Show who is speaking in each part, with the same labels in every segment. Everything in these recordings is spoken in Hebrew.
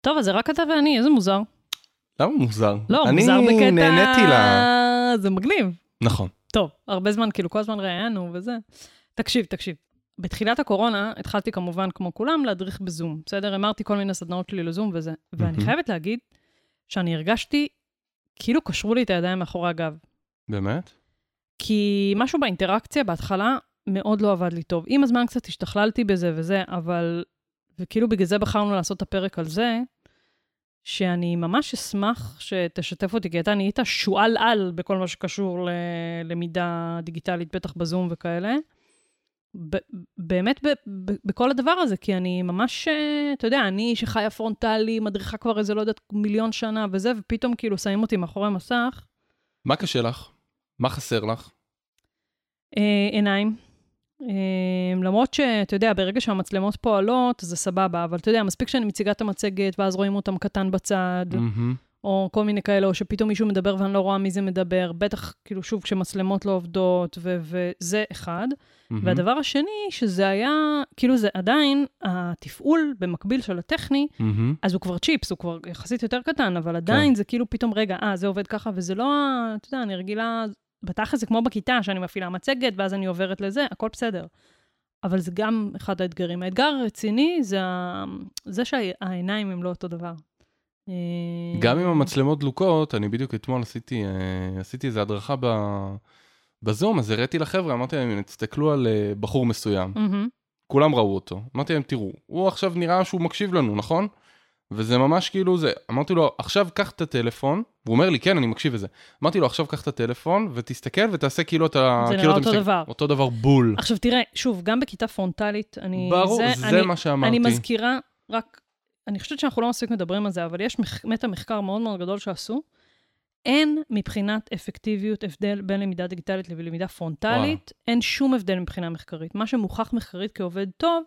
Speaker 1: טוב, אז זה רק אתה ואני, איזה מוזר.
Speaker 2: למה מוזר?
Speaker 1: לא, מוזר בקטע...
Speaker 2: אני נהניתי לה.
Speaker 1: זה מגניב.
Speaker 2: נכון.
Speaker 1: טוב, הרבה זמן, כאילו, כל הזמן ראיינו וזה. תקשיב, תקשיב. בתחילת הקורונה התחלתי כמובן, כמו כולם, להדריך בזום, בסדר? המרתי כל מיני סדנאות שלי לזום וזה. ואני
Speaker 2: מהמם.
Speaker 1: חייבת להגיד שאני הרגשתי כאילו קשרו לי את הידיים מאחורי הגב.
Speaker 2: באמת?
Speaker 1: כי משהו באינטראקציה בהתחלה מאוד לא עבד לי טוב. עם הזמן קצת השתכללתי בזה וזה, אבל... וכאילו בגלל זה בחרנו לעשות את הפרק על זה, שאני ממש אשמח שתשתף אותי, כי אתה נהיית שועל-על בכל מה שקשור ללמידה דיגיטלית, בטח בזום וכאלה. ב- באמת ב- ב- בכל הדבר הזה, כי אני ממש, אה, אתה יודע, אני שחיה פרונטלי, מדריכה כבר איזה, לא יודעת, מיליון שנה וזה, ופתאום כאילו שמים אותי מאחורי מסך.
Speaker 2: מה קשה לך? מה חסר לך?
Speaker 1: אה, עיניים. אה, למרות שאתה יודע, ברגע שהמצלמות פועלות, זה סבבה, אבל אתה יודע, מספיק שאני מציגה את המצגת, ואז רואים אותם קטן בצד,
Speaker 2: מהמם.
Speaker 1: או כל מיני כאלה, או שפתאום מישהו מדבר ואני לא רואה מי זה מדבר, בטח, כאילו, שוב, כשמצלמות לא עובדות, ו- וזה אחד.
Speaker 2: מהמם.
Speaker 1: והדבר השני, שזה היה, כאילו, זה עדיין, התפעול במקביל של הטכני,
Speaker 2: מהמם.
Speaker 1: אז הוא כבר צ'יפס, הוא כבר יחסית יותר קטן,
Speaker 2: כן.
Speaker 1: אבל עדיין זה כאילו פתאום, רגע, אה, זה עובד ככה, וזה לא, ה- אתה יודע, אני רגילה, בתכל'ס זה כמו בכיתה, שאני מפעילה מצגת, ואז אני עוברת לזה, הכל בסדר. אבל זה גם אחד האתגרים. האתגר הרציני זה, ה- זה שהעיניים הם לא אותו דבר. אה,
Speaker 2: גם אם המצלמות דלוקות, אני בדיוק אתמול עשיתי, אה, עשיתי איזו הדרכה ב... בזום, אז הראיתי לחבר'ה, אמרתי להם, תסתכלו על אה, בחור מסוים.
Speaker 1: מהמם,
Speaker 2: כולם ראו אותו. אמרתי להם, תראו, הוא עכשיו נראה שהוא מקשיב לנו, נכון? וזה ממש כאילו זה. אמרתי לו, עכשיו קח את הטלפון, והוא אומר לי, כן, אני מקשיב לזה. אמרתי לו, עכשיו קח את הטלפון ותסתכל ותעשה כאילו אתה...
Speaker 1: זה
Speaker 2: כאילו
Speaker 1: נראה
Speaker 2: אתה
Speaker 1: אותו
Speaker 2: מסתכל-
Speaker 1: דבר.
Speaker 2: אותו דבר בול.
Speaker 1: עכשיו תראה, שוב, גם בכיתה פרונטלית, אני...
Speaker 2: ברור, זה
Speaker 1: אני,
Speaker 2: מה שאמרתי.
Speaker 1: אני מזכירה רק, אני חושבת שאנחנו לא מספיק מדברים על זה, אבל יש מח- מטה-מחקר מאוד מאוד גדול שעשו. אין מבחינת אפקטיביות הבדל בין למידה דיגיטלית ללמידה פרונטלית, וואו. אין שום הבדל מבחינה מחקרית. מה שמוכח מחקרית כעובד טוב,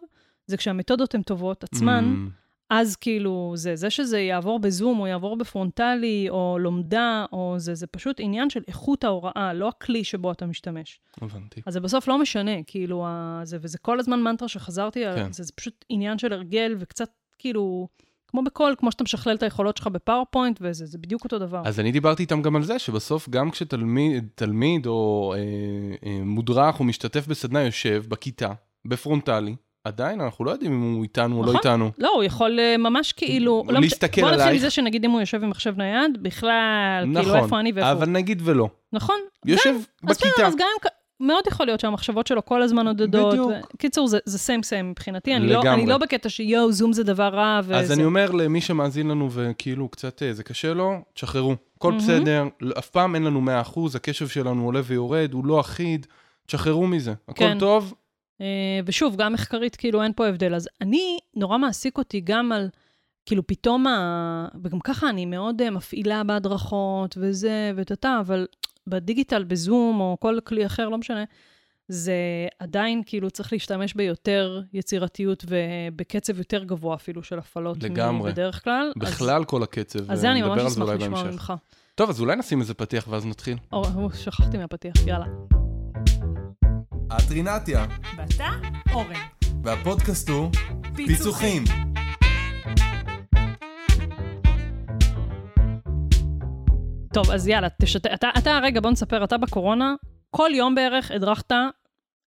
Speaker 1: זה כשהמתודות הן טובות עצמן,
Speaker 2: Mm,
Speaker 1: אז כאילו זה, זה שזה יעבור בזום או יעבור בפרונטלי או לומדה או זה, זה פשוט עניין של איכות ההוראה, לא הכלי שבו אתה משתמש.
Speaker 2: הבנתי.
Speaker 1: אז זה בסוף לא משנה, כאילו, ה- זה, וזה כל הזמן מנטרה שחזרתי,
Speaker 2: כן.
Speaker 1: כן. זה, זה פשוט עניין של הרגל, וקצת כאילו, כמו בכל, כמו שאתה משכלל את היכולות שלך בפאורפוינט, וזה זה בדיוק אותו דבר.
Speaker 2: אז אני דיברתי איתם גם על זה, שבסוף גם כשתלמיד תלמיד או אה, אה, מודרך או משתתף בסדנה יושב בכיתה, בפרונטלי, עדיין אנחנו לא יודעים אם הוא איתנו או לא
Speaker 1: נכון.
Speaker 2: איתנו.
Speaker 1: לא, הוא יכול אה, ממש כאילו... לא
Speaker 2: להסתכל
Speaker 1: משנה- בוא נתחיל
Speaker 2: עלייך.
Speaker 1: מזה שנגיד אם הוא יושב עם מחשב נייד, בכלל, כאילו,
Speaker 2: נכון,
Speaker 1: איפה אני ואיפה הוא.
Speaker 2: אבל נגיד ולא.
Speaker 1: נכון?
Speaker 2: יושב
Speaker 1: אז בסדר,
Speaker 2: בכיתה.
Speaker 1: אז גם אם... כ- מאוד יכול להיות שהמחשבות שלו כל הזמן עודדות.
Speaker 2: בדיוק.
Speaker 1: ו- קיצור, זה- זה סיים סיים מבחינתי. אני לא-
Speaker 2: לגמרי.
Speaker 1: אני לא בקטע שיואו, זום זה דבר רע.
Speaker 2: אז
Speaker 1: וזה-
Speaker 2: אני אומר למי שמאזין לנו וכאילו קצת אה, זה קשה לו, תשחררו. הכל
Speaker 1: מהמם.
Speaker 2: בסדר, לא- אף פעם אין לנו 100%, הקשב שלנו עולה ויורד, הוא לא אחיד, תשחררו מזה. הכל
Speaker 1: כן.
Speaker 2: טוב,
Speaker 1: אה, ושוב, גם מחקרית, כאילו, אין פה הבדל. אז אני, נורא מעסיק אותי גם על, כאילו, פתאום ה... וגם ככה אני מאוד אה, מפעילה בהדרכות וזה וטאטא, אבל בדיגיטל, בזום, או כל כלי אחר, לא משנה, זה עדיין, כאילו, צריך להשתמש ביותר יצירתיות ובקצב יותר גבוה אפילו של הפעלות. מ-
Speaker 2: לגמרי.
Speaker 1: בדרך כלל.
Speaker 2: בכלל כל הקצב,
Speaker 1: אז, אז זה אני
Speaker 2: אה,
Speaker 1: ממש
Speaker 2: נדבר על זה
Speaker 1: אשמח
Speaker 2: אולי
Speaker 1: לשמוע
Speaker 2: בהמשך.
Speaker 1: ממך.
Speaker 2: טוב, אז אולי נשים איזה פתיח ואז נתחיל.
Speaker 1: או, או, שכחתי מהפתיח, יאללה.
Speaker 2: את רינתיה,
Speaker 1: ואתה, אורן.
Speaker 2: והפודקאסט הוא
Speaker 1: טוב, אז יאללה, תשת... אתה, אתה, רגע, בוא נספר, אתה בקורונה, כל יום בערך הדרכת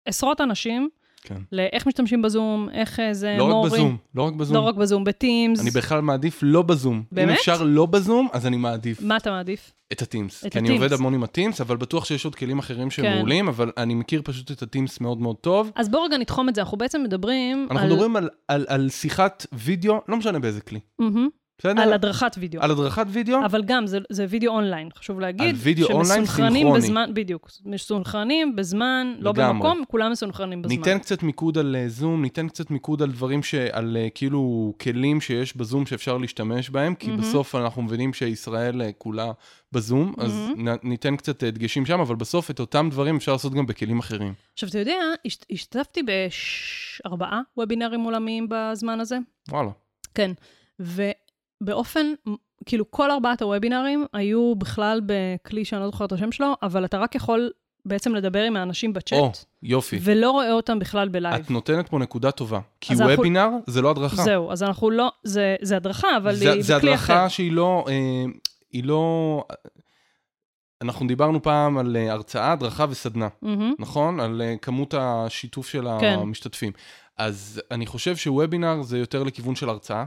Speaker 1: עשרות אנשים
Speaker 2: כן.
Speaker 1: לאיך משתמשים בזום, איך אה, זה
Speaker 2: לא רק
Speaker 1: מורים.
Speaker 2: בזום, לא רק בזום.
Speaker 1: לא רק בזום, בטימס.
Speaker 2: אני בכלל מעדיף לא בזום. אם
Speaker 1: באמת?
Speaker 2: אפשר לא בזום, אז אני מעדיף
Speaker 1: מה אתה מעדיף?
Speaker 2: את הטימס.
Speaker 1: את
Speaker 2: כי אני
Speaker 1: הטימס.
Speaker 2: עובד המון עם הטימס, אבל בטוח שיש עוד כלים אחרים שהם
Speaker 1: כן.
Speaker 2: מעולים, אבל אני מכיר פשוט את הטימס מאוד מאוד טוב.
Speaker 1: אז בוא רגע נתחום את זה, אנחנו בעצם מדברים
Speaker 2: אנחנו
Speaker 1: על...
Speaker 2: מדברים על, על, על שיחת וידאו, לא משנה באיזה כלי,
Speaker 1: מהמם,
Speaker 2: בסדר?
Speaker 1: על הדרכת וידאו.
Speaker 2: על הדרכת וידאו,
Speaker 1: אבל גם, זה, זה וידאו אונליין, חשוב להגיד.
Speaker 2: על וידאו אונליין
Speaker 1: שמסונכרנים
Speaker 2: סינכרוני.
Speaker 1: בזמן, בדיוק. מסונכרנים בזמן, לא
Speaker 2: לגמרי.
Speaker 1: במקום, כולם מסונכרנים בזמן.
Speaker 2: ניתן קצת מיקוד על אה, זום, ניתן קצת מיקוד על דברים ש... על אה, כאילו כלים שיש בזום שאפשר להשתמש בהם, כי
Speaker 1: מהמם.
Speaker 2: בסוף אנחנו מבינים שישראל אה, כולה בזום, אז
Speaker 1: מהמם.
Speaker 2: נ- ניתן קצת אה, דגשים שם, אבל בסוף את אותם דברים אפשר לעשות גם בכלים אחרים.
Speaker 1: עכשיו, אתה יודע, השת- השתתפתי בארבעה וובינרים עולמיים בזמן הזה.
Speaker 2: וואלה.
Speaker 1: כן. ובאופן, כאילו, כל ארבעת הוובינרים היו בכלל בכלי שאני לא זוכרת את השם שלו, אבל אתה רק יכול בעצם לדבר עם האנשים בצ'אט,
Speaker 2: או, יופי.
Speaker 1: ולא רואה אותם בכלל בלייב.
Speaker 2: את נותנת פה נקודה טובה. כי
Speaker 1: אז אנחנו-
Speaker 2: וובינר זה לא הדרכה.
Speaker 1: זהו, אז אנחנו לא, זה, זה הדרכה, אבל
Speaker 2: זה-
Speaker 1: היא
Speaker 2: זה
Speaker 1: בכלי
Speaker 2: הדרכה
Speaker 1: אחר.
Speaker 2: שהיא לא... אה, היא לא... אנחנו דיברנו פעם על אה, הרצאה, הדרכה וסדנה.
Speaker 1: מהמם.
Speaker 2: נכון? על אה, כמות השיתוף של
Speaker 1: כן.
Speaker 2: המשתתפים. אז אני חושב שוובינר זה יותר לכיוון של הרצאה,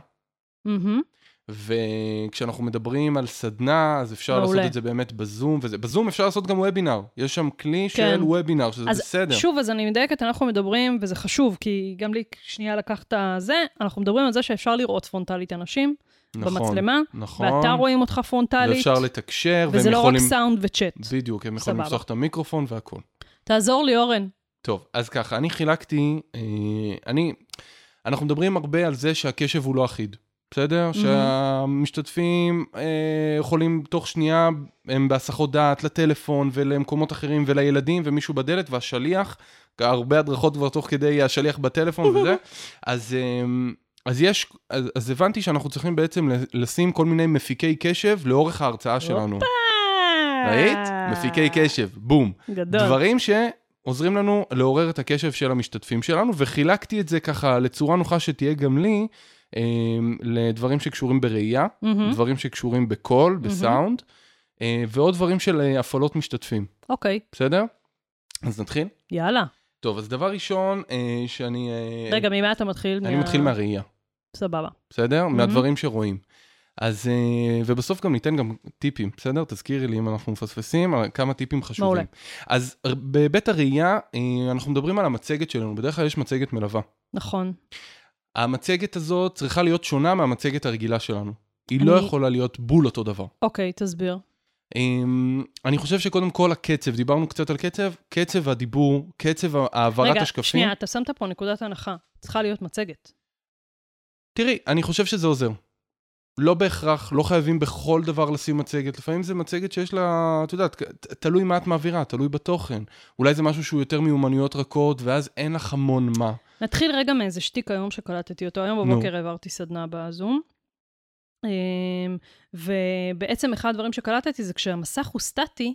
Speaker 1: מהמם.
Speaker 2: וכשאנחנו מדברים על סדנה, אז אפשר
Speaker 1: מעולה.
Speaker 2: לעשות את זה באמת בזום, וזה, בזום אפשר לעשות גם וובינר. יש שם כלי
Speaker 1: כן.
Speaker 2: של וובינר, שזה
Speaker 1: אז
Speaker 2: בסדר.
Speaker 1: שוב, אז אני מדייקת, אנחנו מדברים, וזה חשוב, כי גם לי שנייה לקחת זה, אנחנו מדברים על זה שאפשר לראות פרונטלית אנשים,
Speaker 2: נכון,
Speaker 1: במצלמה,
Speaker 2: נכון.
Speaker 1: ואתה רואים אותך פרונטלית,
Speaker 2: ואפשר לתקשר,
Speaker 1: וזה
Speaker 2: והם
Speaker 1: לא
Speaker 2: יכולים...
Speaker 1: רק סאונד וצ'אט.
Speaker 2: בדיוק, הם יכולים
Speaker 1: סבבה.
Speaker 2: לפתוח את המיקרופון והכול.
Speaker 1: תעזור לי, אורן.
Speaker 2: טוב, אז ככה, אני חילקתי, אה, אני, אנחנו מדברים הרבה על זה שהקשב הוא לא אחיד, בסדר?
Speaker 1: Mhm.
Speaker 2: שהמשתתפים אה, יכולים תוך שנייה, הם בהסחות דעת לטלפון ולמקומות אחרים ולילדים ומישהו בדלת, והשליח, הרבה הדרכות כבר תוך כדי השליח בטלפון וזה, אז... אה, אז יש, אז, אז הבנתי שאנחנו צריכים בעצם לשים כל מיני מפיקי קשב לאורך ההרצאה שלנו. ראית? מפיקי קשב, בום.
Speaker 1: אה, גדול.
Speaker 2: דברים שעוזרים לנו לעורר את הקשב של המשתתפים שלנו, וחילקתי את זה ככה לצורה נוחה שתהיה גם לי, אה, לדברים שקשורים בראייה,
Speaker 1: מהמם.
Speaker 2: דברים שקשורים בקול, בסאונד, אה, ועוד דברים של אה, הפעלות משתתפים,
Speaker 1: אוקיי,
Speaker 2: בסדר? אז נתחיל.
Speaker 1: יאללה.
Speaker 2: טוב, אז דבר ראשון אה, שאני... אה,
Speaker 1: רגע, ממה אתה מתחיל?
Speaker 2: אני
Speaker 1: מה-
Speaker 2: מתחיל מהראייה,
Speaker 1: סבבה.
Speaker 2: בסדר? מהדברים שרואים. אז, אה, ובסוף גם ניתן גם טיפים, בסדר? תזכירי לי אם אנחנו מפספסים, אבל כמה טיפים חשובים.
Speaker 1: מעולה.
Speaker 2: אז הר- בהיבט הראייה, אה, אנחנו מדברים על המצגת שלנו, בדרך כלל יש מצגת מלווה.
Speaker 1: נכון.
Speaker 2: המצגת הזאת צריכה להיות שונה מהמצגת הרגילה שלנו. היא
Speaker 1: אני-
Speaker 2: לא יכולה להיות בול אותו דבר.
Speaker 1: אוקיי, תסביר.
Speaker 2: אמ, אני חושב שקודם כל הקצב, דיברנו קצת על קצב, קצב הדיבור, קצב ה- העברת
Speaker 1: רגע,
Speaker 2: השקפים.
Speaker 1: שנייה, אתה שמת פה נקודת הנחה. צריכה להיות מצגת.
Speaker 2: תראי, אני חושב שזה עוזר. לא בהכרח, לא חייבים בכל דבר לשים מצגת. לפעמים זה מצגת שיש לה, את יודעת, ת- תלוי מה את מעבירה, תלוי בתוכן. אולי זה משהו שהוא יותר מיומנויות רכות, ואז אין לך המון מה.
Speaker 1: נתחיל רגע מאיזה שטיק היום שקלטתי אותו. היום
Speaker 2: נו.
Speaker 1: בבוקר העברתי סדנה בזום. אמ, ובעצם אחד הדברים שקלטתי זה כשהמסך הוא סטטי,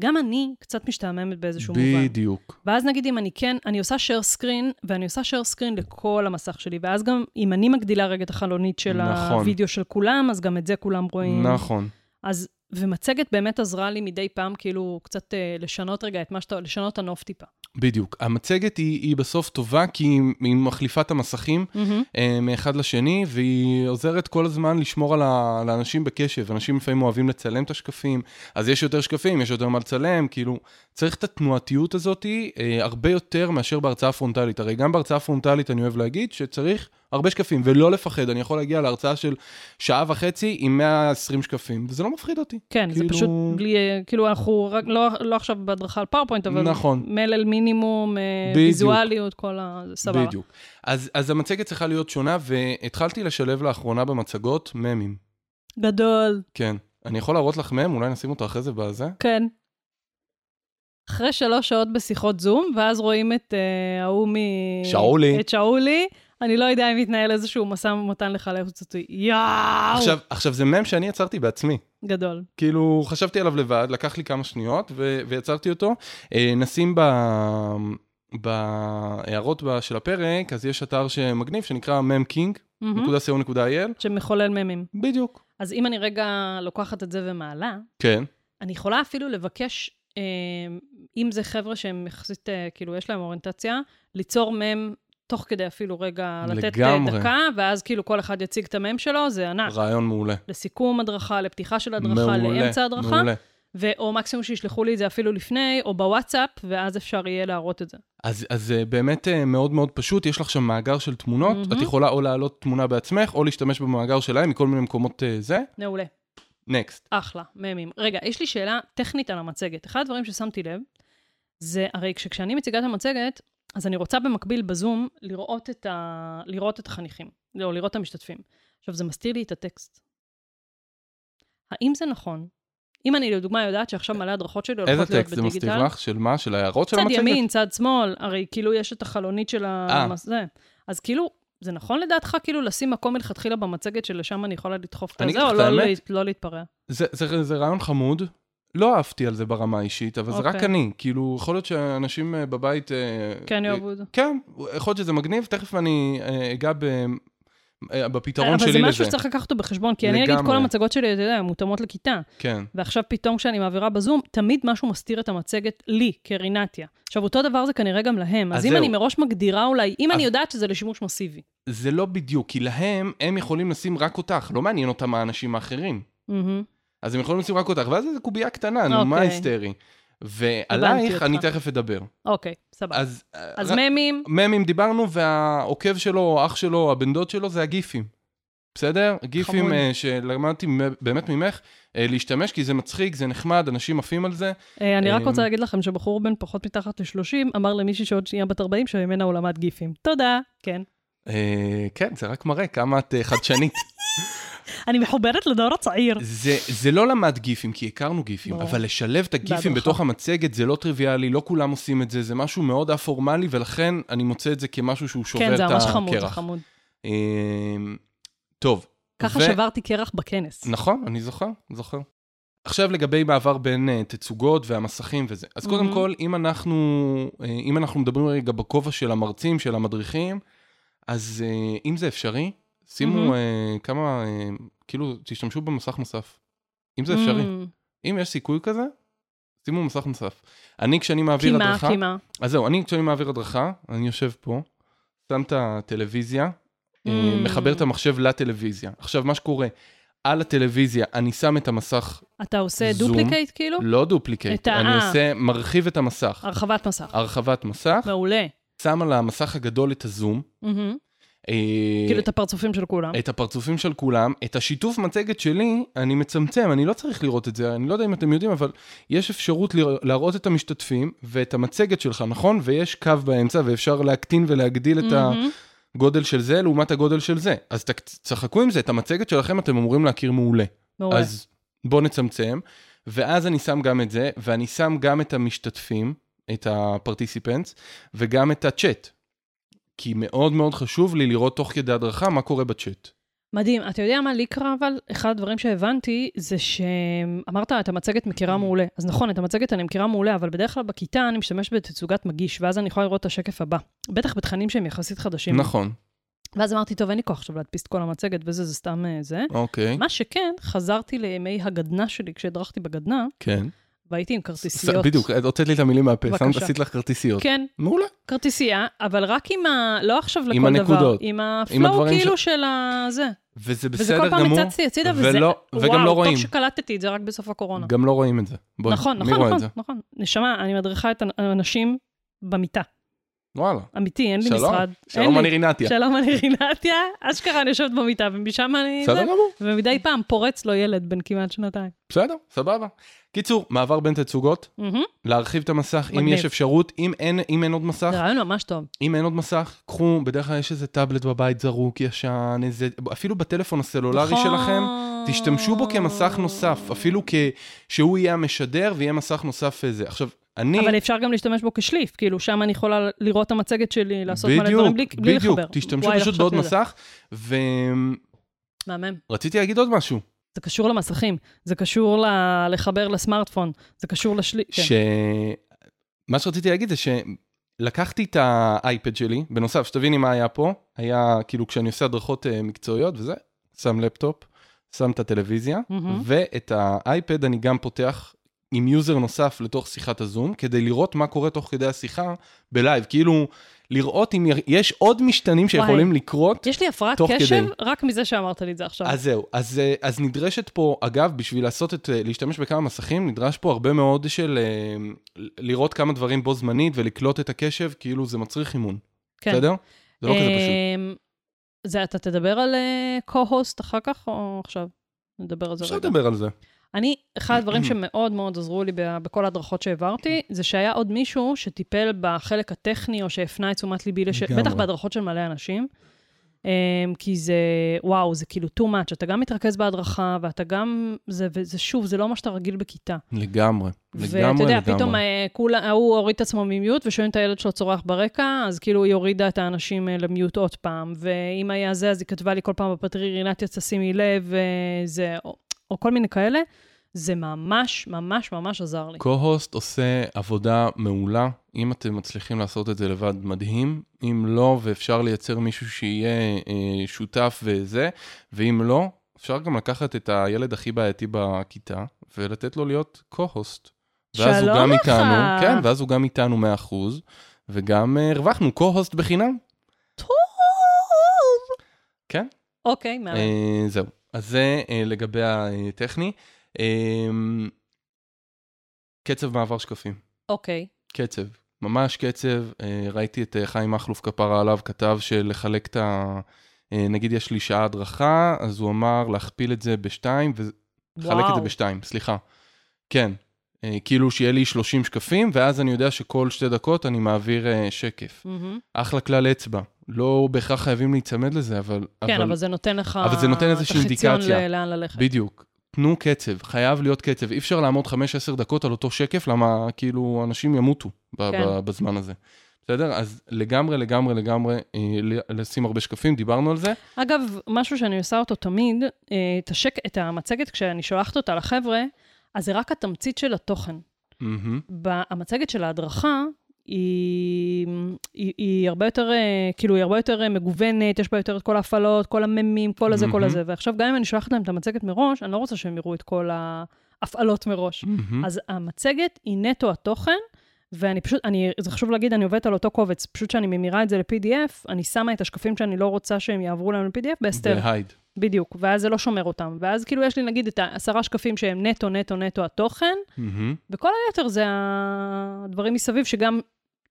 Speaker 1: גם אני קצת משתעממת באיזשהו מובן.
Speaker 2: בדיוק.
Speaker 1: ואז נגיד אם אני כן, אני עושה share screen, ואני עושה share screen לכל המסך שלי, ואז גם אם אני מגדילה רגע את החלונית של
Speaker 2: נכון.
Speaker 1: הוידאו של כולם, אז גם את זה כולם רואים.
Speaker 2: נכון.
Speaker 1: אז, ומצגת באמת עזרה לי מדי פעם, כאילו, קצת אה, לשנות רגע את מה שאתה, לשנות את הנוף טיפה.
Speaker 2: בדיוק. המצגת היא, היא בסוף טובה, כי היא, היא מחליפה את המסכים אה, מאחד לשני, והיא עוזרת כל הזמן לשמור על, ה, על האנשים בקשב. אנשים לפעמים אוהבים לצלם את השקפים, אז יש יותר שקפים, יש יותר מה לצלם, כאילו, צריך את התנועתיות הזאת אה, הרבה יותר מאשר בהרצאה פרונטלית. הרי גם בהרצאה פרונטלית אני אוהב להגיד שצריך הרבה שקפים, ולא לפחד, אני יכול להגיע להרצאה של שעה וחצי עם 120 שקפים, וזה לא מפחיד אותי.
Speaker 1: כן, כאילו...
Speaker 2: כאילו-
Speaker 1: זה פשוט בלי, אה, כאילו, אנחנו רק, לא, לא עכשיו בהדרכה על פאורפוינט, אבל
Speaker 2: נכון.
Speaker 1: מלל מינימום, אה,
Speaker 2: בדיוק.
Speaker 1: ויזואליות, כל ה... זה סבבה.
Speaker 2: בדיוק. אז, אז המצגת צריכה להיות שונה, והתחלתי לשלב לאחרונה במצגות ממים.
Speaker 1: גדול,
Speaker 2: כן. אני יכול להראות לך מם, אולי נשים אותו אחרי זה בזה?
Speaker 1: כן. אחרי שלוש שעות בשיחות זום, ואז רואים את אה, ההוא מ...
Speaker 2: שאולי.
Speaker 1: את שאולי. אני לא יודע אם מתנהל איזשהו משא ומתן לחלץ אותי. יואו!
Speaker 2: עכשיו, עכשיו, זה מם שאני יצרתי בעצמי.
Speaker 1: גדול.
Speaker 2: כאילו, חשבתי עליו לבד, לקח לי כמה שניות ו- ויצרתי אותו. אה, נשים ב... בהערות ב- של הפרק, אז יש אתר שמגניב שנקרא memking.co.il.
Speaker 1: מהמם. Mm-hmm. שמחולל ממים.
Speaker 2: בדיוק.
Speaker 1: אז אם אני רגע לוקחת את זה ומעלה,
Speaker 2: כן.
Speaker 1: אני יכולה אפילו לבקש, אה, אם זה חבר'ה שהם יחסית, אה, כאילו, יש להם אוריינטציה, ליצור מם תוך כדי אפילו רגע, לתת אה,
Speaker 2: לגמרי.
Speaker 1: דקה, ואז כאילו כל אחד יציג את המם שלו, זה ענק.
Speaker 2: רעיון מעולה.
Speaker 1: לסיכום הדרכה, לפתיחה של אה. הדרכה,
Speaker 2: מעולה.
Speaker 1: לאמצע הדרכה,
Speaker 2: מעולה.
Speaker 1: ו- או מקסימום שישלחו לי את זה אפילו לפני, או בוואטסאפ, ואז אפשר יהיה להראות את זה.
Speaker 2: אז, אז זה באמת אה, מאוד מאוד פשוט, יש לך שם מאגר של תמונות,
Speaker 1: מהמם.
Speaker 2: mm-hmm. את יכולה או להעלות תמונה בעצמך, או להשתמש במאגר שלהם מכל מיני מקומות אה, זה.
Speaker 1: מעולה.
Speaker 2: נקסט.
Speaker 1: אחלה, ממים. רגע, יש לי שאלה טכנית על המצגת. אחד הדברים ששמתי לב, זה הרי כש- כשאני מציגה את המצגת, אז אני רוצה במקביל בזום לראות את, ה... לראות את החניכים, לא, לראות את המשתתפים. עכשיו, זה מסתיר לי את הטקסט. האם זה נכון? אם אני לדוגמה יודעת שעכשיו מלא הדרכות שלי הולכות
Speaker 2: איזה
Speaker 1: להיות בדיגיטל,
Speaker 2: טקסט זה מסתיר לך? של מה? של ההערות של
Speaker 1: צד
Speaker 2: המצגת?
Speaker 1: ימין, צד שמאל, הרי כאילו יש את החלונית של
Speaker 2: אה.
Speaker 1: המזה. אז כאילו, זה נכון לדעתך כאילו לשים מקום מלכתחילה במצגת שלשם אני יכולה לדחוף את
Speaker 2: אני
Speaker 1: זה,
Speaker 2: אגיד
Speaker 1: או
Speaker 2: לך את
Speaker 1: לא,
Speaker 2: האמת.
Speaker 1: להת- לא להתפרע?
Speaker 2: זה, זה, זה רעיון חמוד, לא אהבתי על זה ברמה האישית, אבל זה רק
Speaker 1: אוקיי.
Speaker 2: אני. כאילו, יכול להיות שאנשים אה, בבית... אה,
Speaker 1: כן,
Speaker 2: אה,
Speaker 1: יאהבו את זה.
Speaker 2: כן, יכול להיות שזה מגניב, תכף אני אה, אגע ב, אה, בפתרון
Speaker 1: אבל
Speaker 2: שלי
Speaker 1: זה
Speaker 2: לזה.
Speaker 1: משהו שצריך לקחת אותו בחשבון, כי אני נגיד כל
Speaker 2: לגמרי.
Speaker 1: המצגות שלי, אתה יודע, הן מותאמות לכיתה.
Speaker 2: כן,
Speaker 1: ועכשיו פתאום כשאני מעבירה בזום, תמיד משהו מסתיר את המצגת לי, כרינתיה. עכשיו, אותו דבר זה כנראה גם להם. אז,
Speaker 2: אז
Speaker 1: אם
Speaker 2: זהו.
Speaker 1: אני מראש מגדירה אולי, אם
Speaker 2: אז-
Speaker 1: אני יודעת שזה לשימוש מסיבי.
Speaker 2: זה לא בדיוק, כי להם, הם יכולים לשים רק אותך, לא מעניין אותם האנשים האחרים.
Speaker 1: מהמם.
Speaker 2: אז הם יכולים לשים רק אותך, ואז איזו קובייה קטנה, נו, מה
Speaker 1: אוקיי.
Speaker 2: היסטרי? ועלייך
Speaker 1: אותך.
Speaker 2: אני תכף אדבר.
Speaker 1: אוקיי, סבבה. אז,
Speaker 2: אז... אה,
Speaker 1: אז
Speaker 2: רק-
Speaker 1: ממים,
Speaker 2: ממים דיברנו, והעוקב שלו, האח שלו, הבן דוד שלו, זה הגיפים. בסדר? גיפים
Speaker 1: חמוד.
Speaker 2: uh, שלמדתי מ- באמת ממך uh, להשתמש, כי זה מצחיק, זה נחמד, אנשים עפים על זה.
Speaker 1: אה, אני רק
Speaker 2: אמ,
Speaker 1: רוצה להגיד לכם שבחור בן פחות מתחת ל-30 אמר למישהי שעוד שנייה בת 40 שממנה הוא למד גיפים. תודה, כן.
Speaker 2: Uh, כן, זה רק מראה כמה את uh, חדשנית.
Speaker 1: אני מחוברת לדור הצעיר.
Speaker 2: זה, זה לא למד גיפים, כי הכרנו גיפים,
Speaker 1: ברור.
Speaker 2: אבל לשלב את הגיפים
Speaker 1: בהדרכה.
Speaker 2: בתוך המצגת זה לא טריוויאלי, לא כולם עושים את זה, זה משהו מאוד א-פורמלי, ולכן אני מוצא את זה כמשהו שהוא שובר
Speaker 1: כן,
Speaker 2: את
Speaker 1: זה
Speaker 2: הקרח.
Speaker 1: ממש חמוד, זה חמוד.
Speaker 2: אה, טוב.
Speaker 1: ככה
Speaker 2: ו-
Speaker 1: שברתי קרח בכנס.
Speaker 2: נכון, אני זוכר, זוכר. עכשיו לגבי מעבר בין uh, תצוגות והמסכים וזה. אז קודם
Speaker 1: מהמם.
Speaker 2: כל, אם אנחנו, uh, אם אנחנו מדברים רגע בכובע של המרצים, של המדריכים, אז uh, אם זה אפשרי, שימו uh, כמה, uh, כאילו, תשתמשו במסך נוסף. אם זה אפשרי.
Speaker 1: אמ,
Speaker 2: אם יש סיכוי כזה, שימו מסך נוסף. אני, כשאני מעביר
Speaker 1: קימה,
Speaker 2: הדרכה...
Speaker 1: קימה.
Speaker 2: אז זהו, אני כשאני מעביר הדרכה, אני יושב פה, שם את הטלוויזיה, אה,
Speaker 1: Mm.
Speaker 2: מחבר את המחשב לטלוויזיה. עכשיו, מה שקורה, על הטלוויזיה אני שם את המסך,
Speaker 1: אתה עושה
Speaker 2: זום.
Speaker 1: דופליקייט כאילו?
Speaker 2: לא
Speaker 1: את
Speaker 2: דופליקט,
Speaker 1: ה-
Speaker 2: אני
Speaker 1: אה.
Speaker 2: עושה, מרחיב את המסך,
Speaker 1: הרחבת מסך.
Speaker 2: הרחבת מסך,
Speaker 1: מעולה.
Speaker 2: שם על המסך הגדול את הזום,
Speaker 1: מהמם.
Speaker 2: אה,
Speaker 1: כאילו את הפרצופים של כולם.
Speaker 2: את הפרצופים של כולם, את השיתוף מצגת שלי, אני מצמצם, אני לא צריך לראות את זה, אני לא יודע אם אתם יודעים, אבל יש אפשרות לרא- להראות את המשתתפים ואת המצגת שלך, נכון? ויש קו באמצע ואפשר להקטין ולהגדיל את ה...
Speaker 1: מהמם.
Speaker 2: גודל של זה לעומת הגודל של זה. אז ת- תשחקו עם זה, את המצגת שלכם אתם אמורים להכיר מעולה.
Speaker 1: מעולה.
Speaker 2: אז בואו נצמצם, ואז אני שם גם את זה, ואני שם גם את המשתתפים, את הפרטיסיפנטס, וגם את הצ'אט. כי מאוד מאוד חשוב לי לראות תוך כדי הדרכה מה קורה בצ'אט.
Speaker 1: מדהים. אתה יודע מה לי קרה, אבל אחד הדברים שהבנתי זה שאמרת, את המצגת
Speaker 2: Mm.
Speaker 1: מכירה מעולה. אז נכון, את המצגת אני מכירה מעולה, אבל בדרך כלל בכיתה אני משתמשת בתצוגת מגיש, ואז אני יכולה לראות את השקף הבא. בטח בתכנים שהם יחסית חדשים.
Speaker 2: נכון,
Speaker 1: ואז אמרתי, טוב, אין לי כוח עכשיו להדפיס את כל המצגת וזה, זה סתם אה, זה.
Speaker 2: אוקיי,
Speaker 1: מה שכן, חזרתי לימי הגדנ"ע שלי כשהדרכתי בגדנ"ע,
Speaker 2: כן.
Speaker 1: והייתי עם
Speaker 2: ס-
Speaker 1: כרטיסיות.
Speaker 2: בדיוק, הוצאת לי את המילים מהפה,
Speaker 1: בבקשה.
Speaker 2: שמת, עשית לך כרטיסיות.
Speaker 1: כן,
Speaker 2: מעולה.
Speaker 1: כרטיסייה, אבל רק עם ה... לא עכשיו לכל
Speaker 2: הנקודות.
Speaker 1: דבר. עם
Speaker 2: עם
Speaker 1: הפלואו
Speaker 2: הדברים
Speaker 1: כאילו של ה... זה. וזה
Speaker 2: וזה בסדר
Speaker 1: כל
Speaker 2: גמור.
Speaker 1: פעם הצצתי הצידה, וזה...
Speaker 2: ולא- וגם
Speaker 1: וואו,
Speaker 2: לא רואים.
Speaker 1: טוב שקלטתי את זה רק בסוף הקורונה.
Speaker 2: גם לא רואים את זה. בואי,
Speaker 1: נכון,
Speaker 2: מי
Speaker 1: נכון,
Speaker 2: רואה את
Speaker 1: נכון,
Speaker 2: זה?
Speaker 1: נכון. נשמה, אני מדריכה את האנשים במיטה.
Speaker 2: וואלה.
Speaker 1: אמיתי, אין לי
Speaker 2: שלום.
Speaker 1: משרד. אין
Speaker 2: שלום,
Speaker 1: לי.
Speaker 2: אני רינתיה.
Speaker 1: שלום, אני רינתיה. אשכרה, אני יושבת במיטה, ומשם אני...
Speaker 2: בסדר
Speaker 1: זה.
Speaker 2: גמור.
Speaker 1: ומדי פעם פורץ לו ילד בן כמעט שנתיים.
Speaker 2: בסדר, סבבה. קיצור, מעבר בין תצוגות,
Speaker 1: מהמם.
Speaker 2: להרחיב את המסך, אם
Speaker 1: מגניב.
Speaker 2: יש אפשרות, אם אין, אם אין עוד מסך,
Speaker 1: זה רעיון ממש טוב.
Speaker 2: אם אין עוד מסך, קחו, בדרך כלל יש איזה טאבלט בבית זרוק, ישן, איזה, אפילו בטלפון הסלולרי
Speaker 1: נכון.
Speaker 2: שלכם, תשתמשו בו כמסך נוסף, אפילו כ... שהוא יהיה המשדר ויהיה מסך נוסף איזה. עכשיו, אני...
Speaker 1: אבל אפשר גם להשתמש בו כשליף, כאילו שם אני יכולה לראות את המצגת שלי, לעשות מלא דברים בלי, בלי
Speaker 2: בדיוק,
Speaker 1: לחבר.
Speaker 2: תשתמשו
Speaker 1: וואי, לא
Speaker 2: פשוט בעוד
Speaker 1: חשבתי על זה.
Speaker 2: מסך, ורציתי
Speaker 1: מהמם.
Speaker 2: להגיד עוד משהו.
Speaker 1: זה קשור למסכים, זה קשור ל... לחבר לסמארטפון, זה קשור לשליף. כן.
Speaker 2: ש... מה שרציתי להגיד זה שלקחתי את האייפד שלי, בנוסף, שתביני מה היה פה, היה כאילו כשאני עושה הדרכות אה, מקצועיות וזה, שם לפטופ, שם את הטלוויזיה,
Speaker 1: מהמם.
Speaker 2: ואת האייפד אני גם פותח עם יוזר נוסף לתוך שיחת הזום, כדי לראות מה קורה תוך כדי השיחה בלייב, כאילו לראות אם יר- יש עוד משתנים שיכולים לקרות.
Speaker 1: יש לי הפרעת
Speaker 2: תוך
Speaker 1: קשב
Speaker 2: כדי.
Speaker 1: רק מזה שאמרת לי את זה עכשיו.
Speaker 2: אז זהו, אז, אה, אז נדרשת פה, אגב, בשביל לעשות את, אה, להשתמש בכמה מסכים, נדרש פה הרבה מאוד של אה, לראות כמה דברים בו זמנית ולקלוט את הקשב, כאילו זה מצריך אימון,
Speaker 1: כן.
Speaker 2: בסדר? זה לא כזה פשוט.
Speaker 1: אמ, זה אתה תדבר על אה, co-host אחר כך או עכשיו? נדבר על זה
Speaker 2: אפשר
Speaker 1: רגע.
Speaker 2: לדבר על זה.
Speaker 1: אני, אחד הדברים שמאוד מאוד עזרו לי ב- בכל ההדרכות שהעברתי, זה שהיה עוד מישהו שטיפל בחלק הטכני, או שהפנה את תשומת ליבי, לש...
Speaker 2: לגמרי.
Speaker 1: בטח בהדרכות של מלא אנשים, אמ, כי זה, וואו, זה כאילו too much, אתה גם מתרכז בהדרכה, ואתה גם, זה, וזה שוב, זה לא מה שאתה רגיל בכיתה.
Speaker 2: לגמרי, לגמרי,
Speaker 1: ואתה יודע,
Speaker 2: לגמרי.
Speaker 1: פתאום אה, כולה, ההוא הוריד את עצמו ממיוט ושומעים את הילד שלו צורח ברקע, אז כאילו היא הורידה את האנשים אה, למיוט עוד פעם. ואם היה זה, אז היא כתבה לי כל פעם בפטרי, רינתיה, תשימי לב, אה, זה, או, או כל מיני כאלה. זה ממש, ממש, ממש עזר לי.
Speaker 2: co-host עושה עבודה מעולה, אם אתם מצליחים לעשות את זה לבד, מדהים. אם לא, ואפשר לייצר מישהו שיהיה אה, שותף וזה, ואם לא, אפשר גם לקחת את הילד הכי בעייתי בכיתה, ולתת לו להיות co-host. ואז הוא
Speaker 1: שלום
Speaker 2: גם
Speaker 1: לך.
Speaker 2: איתנו, כן, ואז הוא גם איתנו 100%, וגם אה, הרווחנו co-host בחינם.
Speaker 1: טוב.
Speaker 2: כן.
Speaker 1: אוקיי, מעניין.
Speaker 2: אה, זהו. אז זה אה, לגבי הטכני. אה, קצב מעבר שקפים.
Speaker 1: אוקיי.
Speaker 2: קצב, ממש קצב. אה, ראיתי את אה, חיים מכלוף כפרה עליו, כתב שלחלק את ה... אה, נגיד יש לי שעה הדרכה, אז הוא אמר להכפיל את זה בשתיים, ולחלק את
Speaker 1: וואו.
Speaker 2: זה בשתיים, סליחה. כן, אה, כאילו שיהיה לי 30 שקפים, ואז אני יודע שכל שתי דקות אני מעביר אה, שקף.
Speaker 1: מהמם.
Speaker 2: אחלה כלל אצבע. לא בהכרח חייבים להיצמד לזה, אבל...
Speaker 1: כן, אבל זה נותן לך...
Speaker 2: אבל זה נותן איזושהי
Speaker 1: את החציון
Speaker 2: אינדיקציה.
Speaker 1: ל- לאן ללכת.
Speaker 2: בדיוק. תנו קצב, חייב להיות קצב. אי אפשר לעמוד 5-10 דקות על אותו שקף, למה כאילו אנשים ימותו ב-
Speaker 1: כן.
Speaker 2: ב- בזמן הזה. בסדר? אז לגמרי, לגמרי, לגמרי, אה, ל- לשים הרבה שקפים, דיברנו על זה.
Speaker 1: אגב, משהו שאני עושה אותו תמיד, אה, את, השק... את המצגת, כשאני שולחת אותה לחבר'ה, אז זה רק התמצית של התוכן.
Speaker 2: מהמם.
Speaker 1: ב- המצגת של ההדרכה היא, היא, היא הרבה יותר, אה, כאילו, היא הרבה יותר אה, מגוונת, יש בה יותר את כל ההפעלות, כל הממים, כל הזה, כל
Speaker 2: מהמם.
Speaker 1: הזה. ועכשיו, גם אם אני שולחת להם את המצגת מראש, אני לא רוצה שהם יראו את כל ההפעלות מראש.
Speaker 2: מהמם.
Speaker 1: אז המצגת היא נטו התוכן, ואני פשוט, אני, זה חשוב להגיד, אני עובדת על אותו קובץ, פשוט שאני ממירה את זה ל-PDF, אני שמה את השקפים שאני לא רוצה שהם יעברו להם ל-PDF בהסתר.
Speaker 2: בהייד.
Speaker 1: בדיוק, ואז זה לא שומר אותם. ואז כאילו יש לי נגיד את העשרה שקפים שהם נטו, נטו, נטו התוכן,
Speaker 2: מהמם.
Speaker 1: וכל היתר זה הדברים מסביב שגם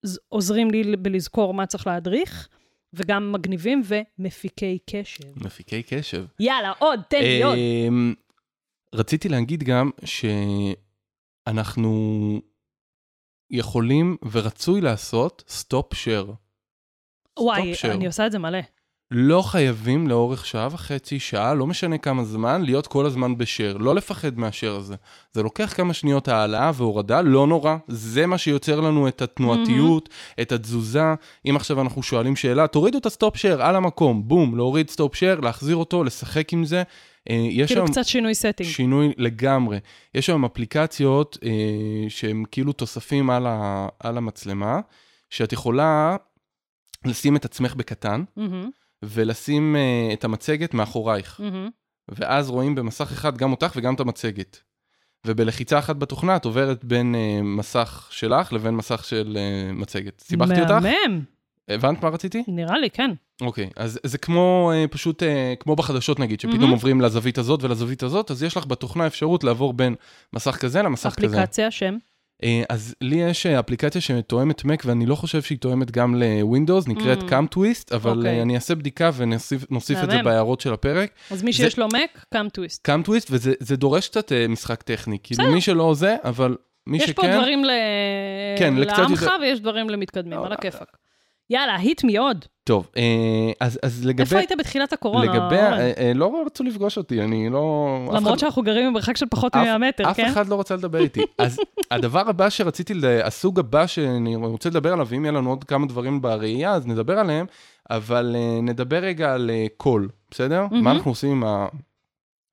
Speaker 1: ז- עוזרים לי בלזכור מה צריך להדריך, וגם מגניבים ומפיקי קשב.
Speaker 2: מפיקי קשב.
Speaker 1: יאללה, עוד, תן לי עוד.
Speaker 2: אמ, רציתי להגיד גם שאנחנו יכולים ורצוי לעשות סטופ share.
Speaker 1: וואי,
Speaker 2: stop share.
Speaker 1: אני עושה את זה מלא.
Speaker 2: לא חייבים לאורך שעה וחצי, שעה, לא משנה כמה זמן, להיות כל הזמן בשר. לא לפחד מהשר הזה. זה לוקח כמה שניות העלאה והורדה, לא נורא. זה מה שיוצר לנו את התנועתיות, את התזוזה. אם עכשיו אנחנו שואלים שאלה, תורידו את הסטופ שר על המקום, בום, להוריד סטופ שר, להחזיר אותו, לשחק עם זה. אה, יש
Speaker 1: כאילו
Speaker 2: היום-
Speaker 1: קצת שינוי סטינג.
Speaker 2: שינוי לגמרי. יש היום אפליקציות אה, שהן כאילו תוספים על, ה, על המצלמה, שאת יכולה לשים את עצמך בקטן.
Speaker 1: מהמם,
Speaker 2: ולשים אה, את המצגת מאחורייך,
Speaker 1: מהמם.
Speaker 2: ואז רואים במסך אחד גם אותך וגם את המצגת. ובלחיצה אחת בתוכנה את עוברת בין אה, מסך שלך לבין מסך של אה, מצגת. סיבכתי אותך?
Speaker 1: מהמם,
Speaker 2: הבנת מה רציתי?
Speaker 1: נראה לי, כן.
Speaker 2: אוקיי, אז זה כמו אה, פשוט, אה, כמו בחדשות נגיד, שפתאום
Speaker 1: מהמם.
Speaker 2: עוברים לזווית הזאת ולזווית הזאת, אז יש לך בתוכנה אפשרות לעבור בין מסך כזה למסך כזה.
Speaker 1: אפליקציה, שם.
Speaker 2: אה, אז לי יש אה, אפליקציה שתואמת Mac, ואני לא חושב שהיא תואמת גם ל-Windows, נקראת
Speaker 1: Mm.
Speaker 2: CamTwist, אבל
Speaker 1: אוקיי.
Speaker 2: אה, אני אעשה בדיקה ונוסיף נוסיף את זה
Speaker 1: מהמם.
Speaker 2: בהערות של הפרק.
Speaker 1: אז מי
Speaker 2: זה-
Speaker 1: שיש לו מק, קאם טוויסט.
Speaker 2: קאם טוויסט, וזה זה דורש קצת אה, משחק טכני. כאילו,
Speaker 1: בסדר.
Speaker 2: מי שלא זה, אבל מי
Speaker 1: יש פה
Speaker 2: שכן,
Speaker 1: דברים ל...
Speaker 2: כן, לקצת
Speaker 1: לעמך
Speaker 2: יותר-
Speaker 1: ויש דברים למתקדמים,
Speaker 2: לא,
Speaker 1: על
Speaker 2: לא,
Speaker 1: הכיפאק. יאללה, היט מי עוד.
Speaker 2: טוב, אה, אז, אז לגבי...
Speaker 1: איפה היית בתחילת הקורונה?
Speaker 2: לגבי...
Speaker 1: אורן?
Speaker 2: אה, אה, לא רצו לפגוש אותי, אני לא... אף אחד-
Speaker 1: למרות שאנחנו גרים במרחק של פחות
Speaker 2: אף-
Speaker 1: מ-100 מטר,
Speaker 2: אף
Speaker 1: כן?
Speaker 2: אחד לא רצה לדבר איתי. אז הדבר הבא שרציתי, ל- הסוג הבא שאני רוצה לדבר עליו, אם יהיה לנו עוד כמה דברים בראייה, אז נדבר עליהם, אבל אה, נדבר רגע על אה, קול, בסדר?
Speaker 1: מהמם.
Speaker 2: מה אנחנו עושים עם ה-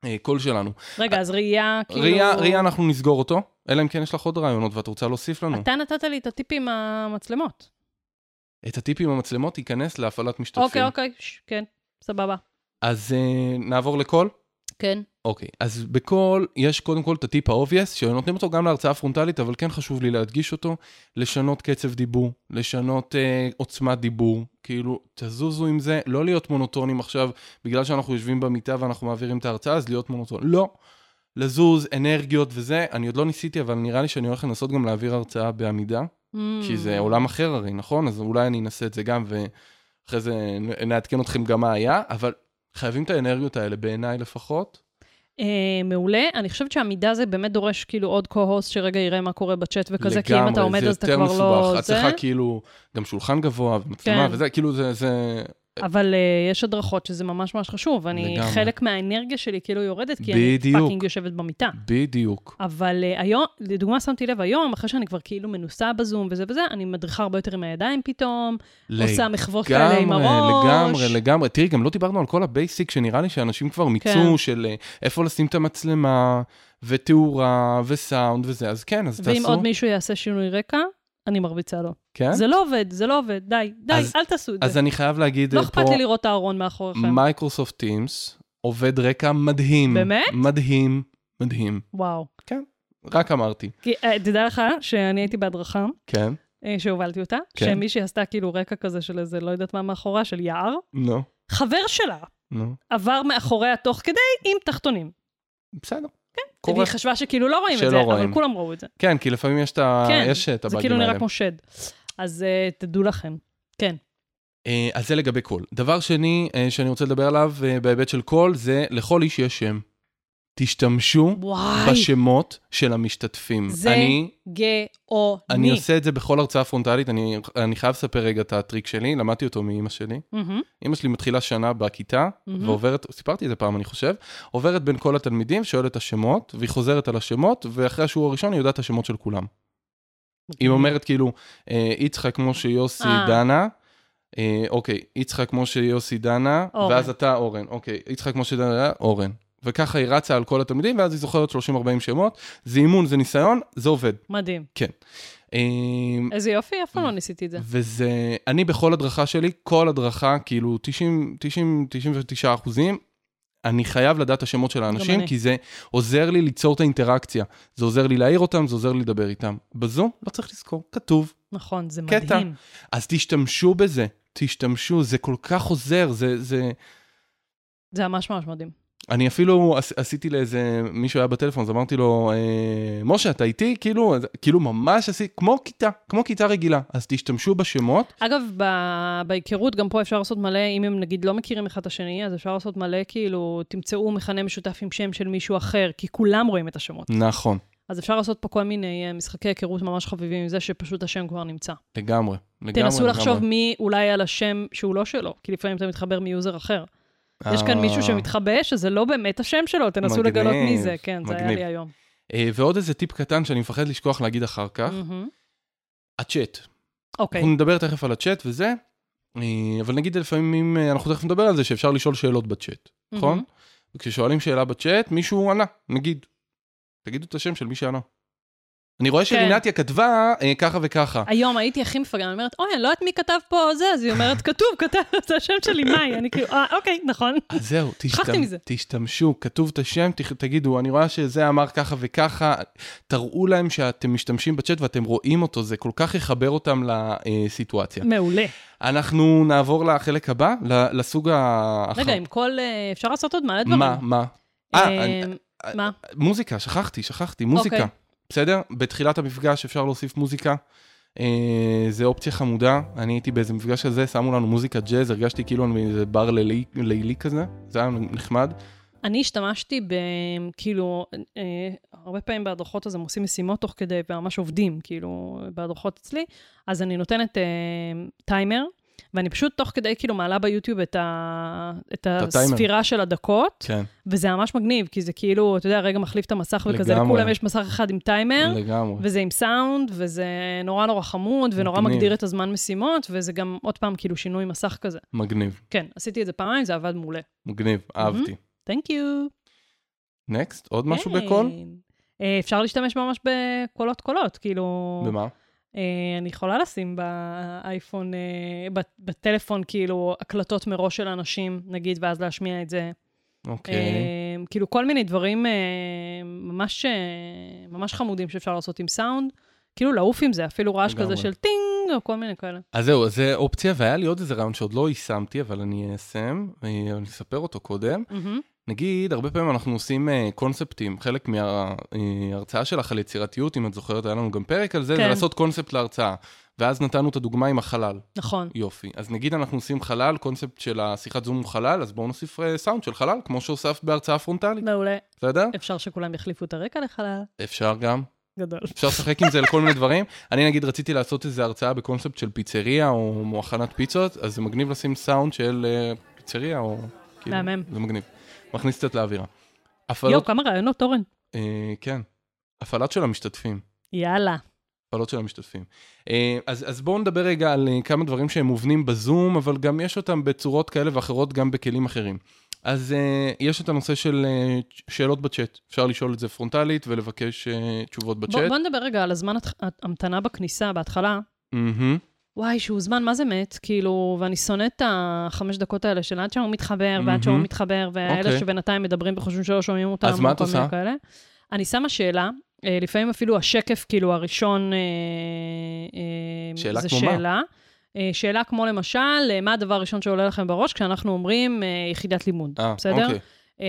Speaker 2: אה, קול שלנו?
Speaker 1: רגע, אז ראייה, כאילו...
Speaker 2: אה, ראייה, ראייה, אנחנו נסגור אותו, אלא אם כן יש לך עוד רעיונות ואת רוצה להוסיף לנו.
Speaker 1: אתה נתת לי את הטיפ עם המצלמות.
Speaker 2: את הטיפים המצלמות תיכנס להפעלת משתתפים.
Speaker 1: אוקיי, אוקיי, ש- כן, סבבה.
Speaker 2: אז uh, נעבור לקול?
Speaker 1: כן.
Speaker 2: אוקיי. אז בקול יש קודם כל את הטיפ האובייס, שנותנים אותו גם להרצאה פרונטלית, אבל כן חשוב לי להדגיש אותו, לשנות קצב דיבור, לשנות uh, עוצמת דיבור, כאילו, תזוזו עם זה, לא להיות מונוטונים עכשיו, בגלל שאנחנו יושבים במיטה ואנחנו מעבירים את ההרצאה, אז להיות מונוטון. לא. לזוז, אנרגיות וזה, אני עוד לא ניסיתי, אבל נראה לי שאני הולך לנסות גם להעביר הרצאה בעמידה.
Speaker 1: Mm.
Speaker 2: כי זה עולם אחר הרי, נכון? אז אולי אני אנסה את זה גם, ואחרי זה נ- נעדכן אתכם גם מה היה, אבל חייבים את האנרגיות האלה, בעיניי לפחות.
Speaker 1: אה, מעולה. אני חושבת שהמידה זה באמת דורש כאילו עוד co-host שרגע יראה מה קורה בצ'אט וכזה, כי אם אתה עומד אז אתה כבר לא...
Speaker 2: את צריכה כאילו גם שולחן גבוה ומצלמה
Speaker 1: כן.
Speaker 2: וזה, כאילו זה, זה
Speaker 1: אבל אה, יש הדרכות שזה ממש ממש חשוב. אני,
Speaker 2: לגמרי.
Speaker 1: חלק מהאנרגיה שלי כאילו יורדת, כי אני
Speaker 2: בדיוק.
Speaker 1: פאקינג יושבת במיטה.
Speaker 2: בדיוק.
Speaker 1: אבל אה, היום, לדוגמה, שמתי לב היום, אחרי שאני כבר כאילו מנוסה בזום וזה וזה, אני מדריכה הרבה יותר עם הידיים פתאום, עושה מחוות כאלה עם הראש.
Speaker 2: לגמרי, לגמרי. תראי, גם לא דיברנו על כל הבייסיק שנראה לי שאנשים כבר מיצו,
Speaker 1: כן.
Speaker 2: של אה, איפה לשים את המצלמה, ותאורה, וסאונד וזה, אז כן, אז
Speaker 1: ואם
Speaker 2: תעשו.
Speaker 1: עוד מישהו יעשה שינוי רקע, אני מרביצה לו.
Speaker 2: כן?
Speaker 1: זה לא עובד, זה לא עובד, די, די,
Speaker 2: אז-
Speaker 1: אל תעשו את
Speaker 2: אז
Speaker 1: זה.
Speaker 2: אני חייב להגיד
Speaker 1: לא
Speaker 2: אה, פה,
Speaker 1: אכפת לי לראות את הארון מאחוריכם.
Speaker 2: מייקרוסופט טימס עובד רקע מדהים.
Speaker 1: באמת?
Speaker 2: מדהים, מדהים.
Speaker 1: וואו.
Speaker 2: רק אמרתי.
Speaker 1: כי אה, תדע לך שאני הייתי בהדרכה,
Speaker 2: כן?
Speaker 1: אה, שהובלתי אותה,
Speaker 2: כן.
Speaker 1: שמישהי עשתה כאילו רקע כזה של איזה, לא יודעת מה מאחורה, של יער.
Speaker 2: לא.
Speaker 1: חבר שלה
Speaker 2: נו.
Speaker 1: עבר מאחוריה תוך כדי עם תחתונים.
Speaker 2: בסדר. כן.
Speaker 1: והיא
Speaker 2: קורה.
Speaker 1: חשבה שכאילו לא רואים את
Speaker 2: שלא
Speaker 1: זה, אבל
Speaker 2: רואים.
Speaker 1: כולם ראו את זה.
Speaker 2: כן, כי לפעמים יש את ה-
Speaker 1: כן,
Speaker 2: יש את
Speaker 1: זה
Speaker 2: הבאגים
Speaker 1: כאילו
Speaker 2: האלה.
Speaker 1: נראה כמו שד. אז אה, תדעו לכם. כן.
Speaker 2: אה, אז זה לגבי קול. דבר שני אה, שאני רוצה לדבר עליו אה, בהיבט של קול, זה לכל איש יש שם. תשתמשו
Speaker 1: וואי,
Speaker 2: בשמות של המשתתפים.
Speaker 1: זה
Speaker 2: אני,
Speaker 1: גאוני.
Speaker 2: אני עושה את זה בכל הרצאה פרונטלית, אני, אני חייב לספר רגע את הטריק שלי, למדתי אותו מאימא שלי.
Speaker 1: מהמם,
Speaker 2: אימא שלי מתחילה שנה בכיתה,
Speaker 1: מהמם.
Speaker 2: ועוברת, סיפרתי את זה פעם, אני חושב, עוברת בין כל התלמידים, שואלת את השמות, והיא חוזרת על השמות, ואחרי השיעור הראשון היא יודעת את השמות של כולם. היא אומרת כאילו, אה, יצחק, משה, יוסי,
Speaker 1: אה.
Speaker 2: דנה. אה, אוקיי, יצחק, משה, יוסי, דנה,
Speaker 1: אורן.
Speaker 2: ואז אתה אורן. אוקיי, יצחק, משה, דנה, אורן. וככה היא רצה על כל התלמידים, ואז היא זוכרת 30-40 שמות. זה אימון, זה ניסיון, זה עובד.
Speaker 1: מדהים.
Speaker 2: אה,
Speaker 1: איזה יופי, אף פעם לא ניסיתי את זה.
Speaker 2: וזה, אני בכל הדרכה שלי, כל הדרכה, כאילו 90, 90, 99 אחוזים, אני חייב לדעת את השמות של האנשים,
Speaker 1: אני.
Speaker 2: כי זה עוזר לי ליצור את האינטראקציה. זה עוזר לי להעיר אותם, זה עוזר לי לדבר איתם. בזום לא צריך לזכור, כתוב.
Speaker 1: נכון, זה
Speaker 2: קטע.
Speaker 1: מדהים.
Speaker 2: אז תשתמשו בזה, תשתמשו, זה כל כך עוזר, זה... זה...
Speaker 1: זה ממש ממש מדהים.
Speaker 2: אני אפילו עש- עשיתי לאיזה, מישהו היה בטלפון, אז אמרתי לו, אה, משה, אתה איתי? כאילו, אז- כאילו ממש עשיתי, כמו כיתה, כמו כיתה רגילה. אז תשתמשו בשמות,
Speaker 1: אגב, ב- בהיכרות, גם פה אפשר לעשות מלא, אם הם נגיד לא מכירים אחד את השני, אז אפשר לעשות מלא, כאילו, תמצאו מכנה משותף עם שם של מישהו אחר, כי כולם רואים את השמות.
Speaker 2: נכון,
Speaker 1: אז אפשר לעשות פה כל מיני אה, משחקי היכרות ממש חביבים עם זה שפשוט השם כבר נמצא.
Speaker 2: לגמרי, לגמרי.
Speaker 1: תנסו לחשוב
Speaker 2: לגמרי.
Speaker 1: מי אולי על השם שהוא לא שלו, כי לפעמים אתה מתחבר מיוזר אחר. יש כאן
Speaker 2: אה,
Speaker 1: מישהו שמתחבא, שזה לא באמת השם שלו, תנסו
Speaker 2: מגניב,
Speaker 1: לגלות מי זה. כן, זה היה
Speaker 2: מגניב.
Speaker 1: לי היום.
Speaker 2: אה, ועוד איזה טיפ קטן שאני מפחד לשכוח להגיד אחר כך,
Speaker 1: מהמם.
Speaker 2: הצ'אט.
Speaker 1: Mm. אוקיי,
Speaker 2: אנחנו נדבר תכף על הצ'אט וזה, אה, אבל נגיד לפעמים, אה, אנחנו תכף נדבר על זה, שאפשר לשאול שאלות בצ'אט. נכון?
Speaker 1: מהמם.
Speaker 2: וכששואלים שאלה בצ'אט, מישהו ענה, נגיד. תגידו את השם של מי שענה. אני
Speaker 1: כן.
Speaker 2: רואה שרינתיה כתבה אה, ככה וככה.
Speaker 1: היום הייתי הכי מפגרת, אני אומרת, אוי, אני לא יודעת מי כתב פה זה, אז היא אומרת, כתוב, כתב, זה השם שלי, מאי. אני כאילו, אה, אוקיי, נכון.
Speaker 2: אז זהו, תשתמ-
Speaker 1: שכחתי מזה.
Speaker 2: תשתמשו, כתוב את השם, ת- תגידו, אני רואה שזה אמר ככה וככה, תראו להם שאתם משתמשים בצ'אט ואתם רואים אותו, זה כל כך יחבר אותם אה, לסיטואציה.
Speaker 1: מעולה.
Speaker 2: אנחנו נעבור לחלק הבא, ל- לסוג האחר.
Speaker 1: רגע, עם כל... אה, אפשר לעשות עוד מלא דברים.
Speaker 2: נכון. מה, מה?
Speaker 1: אה,
Speaker 2: אה, אני-
Speaker 1: מה?
Speaker 2: מוזיקה, שכחתי, שכחתי, מוזיקה.
Speaker 1: אוקיי.
Speaker 2: בסדר? בתחילת המפגש אפשר להוסיף מוזיקה. אה, זה אופציה חמודה. אני הייתי באיזה מפגש כזה, שמו לנו מוזיקה ג'אז, הרגשתי כאילו אני באיזה בר לילי, לילי כזה, זה היה נחמד.
Speaker 1: אני השתמשתי ב... כאילו, אה, הרבה פעמים בהדרכות אז הם עושים משימות תוך כדי, וממש עובדים, כאילו, בהדרכות אצלי, אז אני נותנת אה, טיימר, ואני פשוט תוך כדי, כאילו, מעלה ביוטיוב את, ה... את
Speaker 2: הטיימר.
Speaker 1: הספירה של הדקות,
Speaker 2: כן,
Speaker 1: וזה ממש מגניב, כי זה כאילו, אתה יודע, רגע מחליף את המסך וכזה,
Speaker 2: לגמרי.
Speaker 1: לכולם יש מסך אחד עם טיימר.
Speaker 2: לגמרי.
Speaker 1: וזה עם סאונד, וזה נורא נורא חמוד, ונורא
Speaker 2: מגניב.
Speaker 1: מגדיר את הזמן משימות, וזה גם עוד פעם כאילו שינוי מסך כזה.
Speaker 2: מגניב,
Speaker 1: כן, עשיתי את זה פעמיים, זה עבד מעולה.
Speaker 2: מגניב, אהבתי.
Speaker 1: Thank you. Mm-hmm.
Speaker 2: נקסט, עוד משהו
Speaker 1: כן.
Speaker 2: בקול?
Speaker 1: אה, אפשר להשתמש ממש בקולות קולות, כאילו...
Speaker 2: במה?
Speaker 1: אה, אני יכולה לשים באייפון, אה, בט- בטלפון, כאילו, הקלטות מראש של אנשים, נגיד, ואז להשמיע את זה.
Speaker 2: אוקיי.
Speaker 1: אה, כאילו, כל מיני דברים אה, ממש, אה, ממש חמודים שאפשר לעשות עם סאונד. כאילו, לעוף עם זה, אפילו רעש
Speaker 2: לגמרי.
Speaker 1: כזה של טינג, או כל מיני כאלה.
Speaker 2: אז זהו, אז זה אופציה, והיה לי עוד איזה רעיון שעוד לא יישמתי, אבל אני אסיים, אה, אני אספר אותו קודם.
Speaker 1: מהמם.
Speaker 2: נגיד, הרבה פעמים אנחנו עושים אה, קונספטים, חלק מההרצאה שלך על יצירתיות, אם את זוכרת, היה לנו גם פרק על זה, זה
Speaker 1: כן.
Speaker 2: לעשות קונספט להרצאה. ואז נתנו את הדוגמה עם החלל,
Speaker 1: נכון.
Speaker 2: יופי. אז נגיד אנחנו עושים חלל, קונספט של השיחת זום הוא חלל, אז בואו נוסיף אה, סאונד של חלל, כמו שהוספת בהרצאה פרונטלית,
Speaker 1: מעולה.
Speaker 2: בסדר?
Speaker 1: אפשר שכולם יחליפו את הרקע לחלל.
Speaker 2: אפשר גם,
Speaker 1: גדול.
Speaker 2: אפשר לשחק עם זה לכל מיני דברים. אני נגיד רציתי לעשות איזה הרצאה בקונספט של פיצריה או מוכנת פיצות, אז זה מגניב לשים סאונד של אה, פיצריה או... כאילו,
Speaker 1: מהמם.
Speaker 2: זה מגניב. מכניס קצת לאווירה.
Speaker 1: יואו,
Speaker 2: הפעלות,
Speaker 1: כמה רעיונות, אורן.
Speaker 2: אה, כן, הפעלות של המשתתפים.
Speaker 1: יאללה.
Speaker 2: הפעלות של המשתתפים. אה, אז, אז בואו נדבר רגע על אה, כמה דברים שהם מובנים בזום, אבל גם יש אותם בצורות כאלה ואחרות, גם בכלים אחרים. אז אה, יש את הנושא של אה, שאלות בצ'אט. אפשר לשאול את זה פרונטלית ולבקש אה, תשובות
Speaker 1: בוא,
Speaker 2: בצ'אט.
Speaker 1: בוא נדבר רגע על הזמן התח- ההמתנה בכניסה, בהתחלה.
Speaker 2: מהמם.
Speaker 1: וואי, שהוא זמן, מה זה מת? כאילו, ואני שונאת את החמש דקות האלה של עד שהוא מתחבר, ועד
Speaker 2: מהמם.
Speaker 1: שהוא מתחבר, ואלה
Speaker 2: אוקיי.
Speaker 1: שבינתיים מדברים וחושבים שלא שומעים אותם.
Speaker 2: אז מה
Speaker 1: או
Speaker 2: את
Speaker 1: כל מיני
Speaker 2: עושה?
Speaker 1: כאלה. אני שמה שאלה, אה, לפעמים אפילו השקף, כאילו, הראשון, אה, אה,
Speaker 2: שאלה
Speaker 1: זה
Speaker 2: כמו מה?
Speaker 1: שאלה. אה, שאלה כמו למשל, אה, מה הדבר הראשון שעולה לכם בראש כשאנחנו אומרים אה, יחידת לימוד,
Speaker 2: אה,
Speaker 1: בסדר?
Speaker 2: אוקיי.
Speaker 1: אה,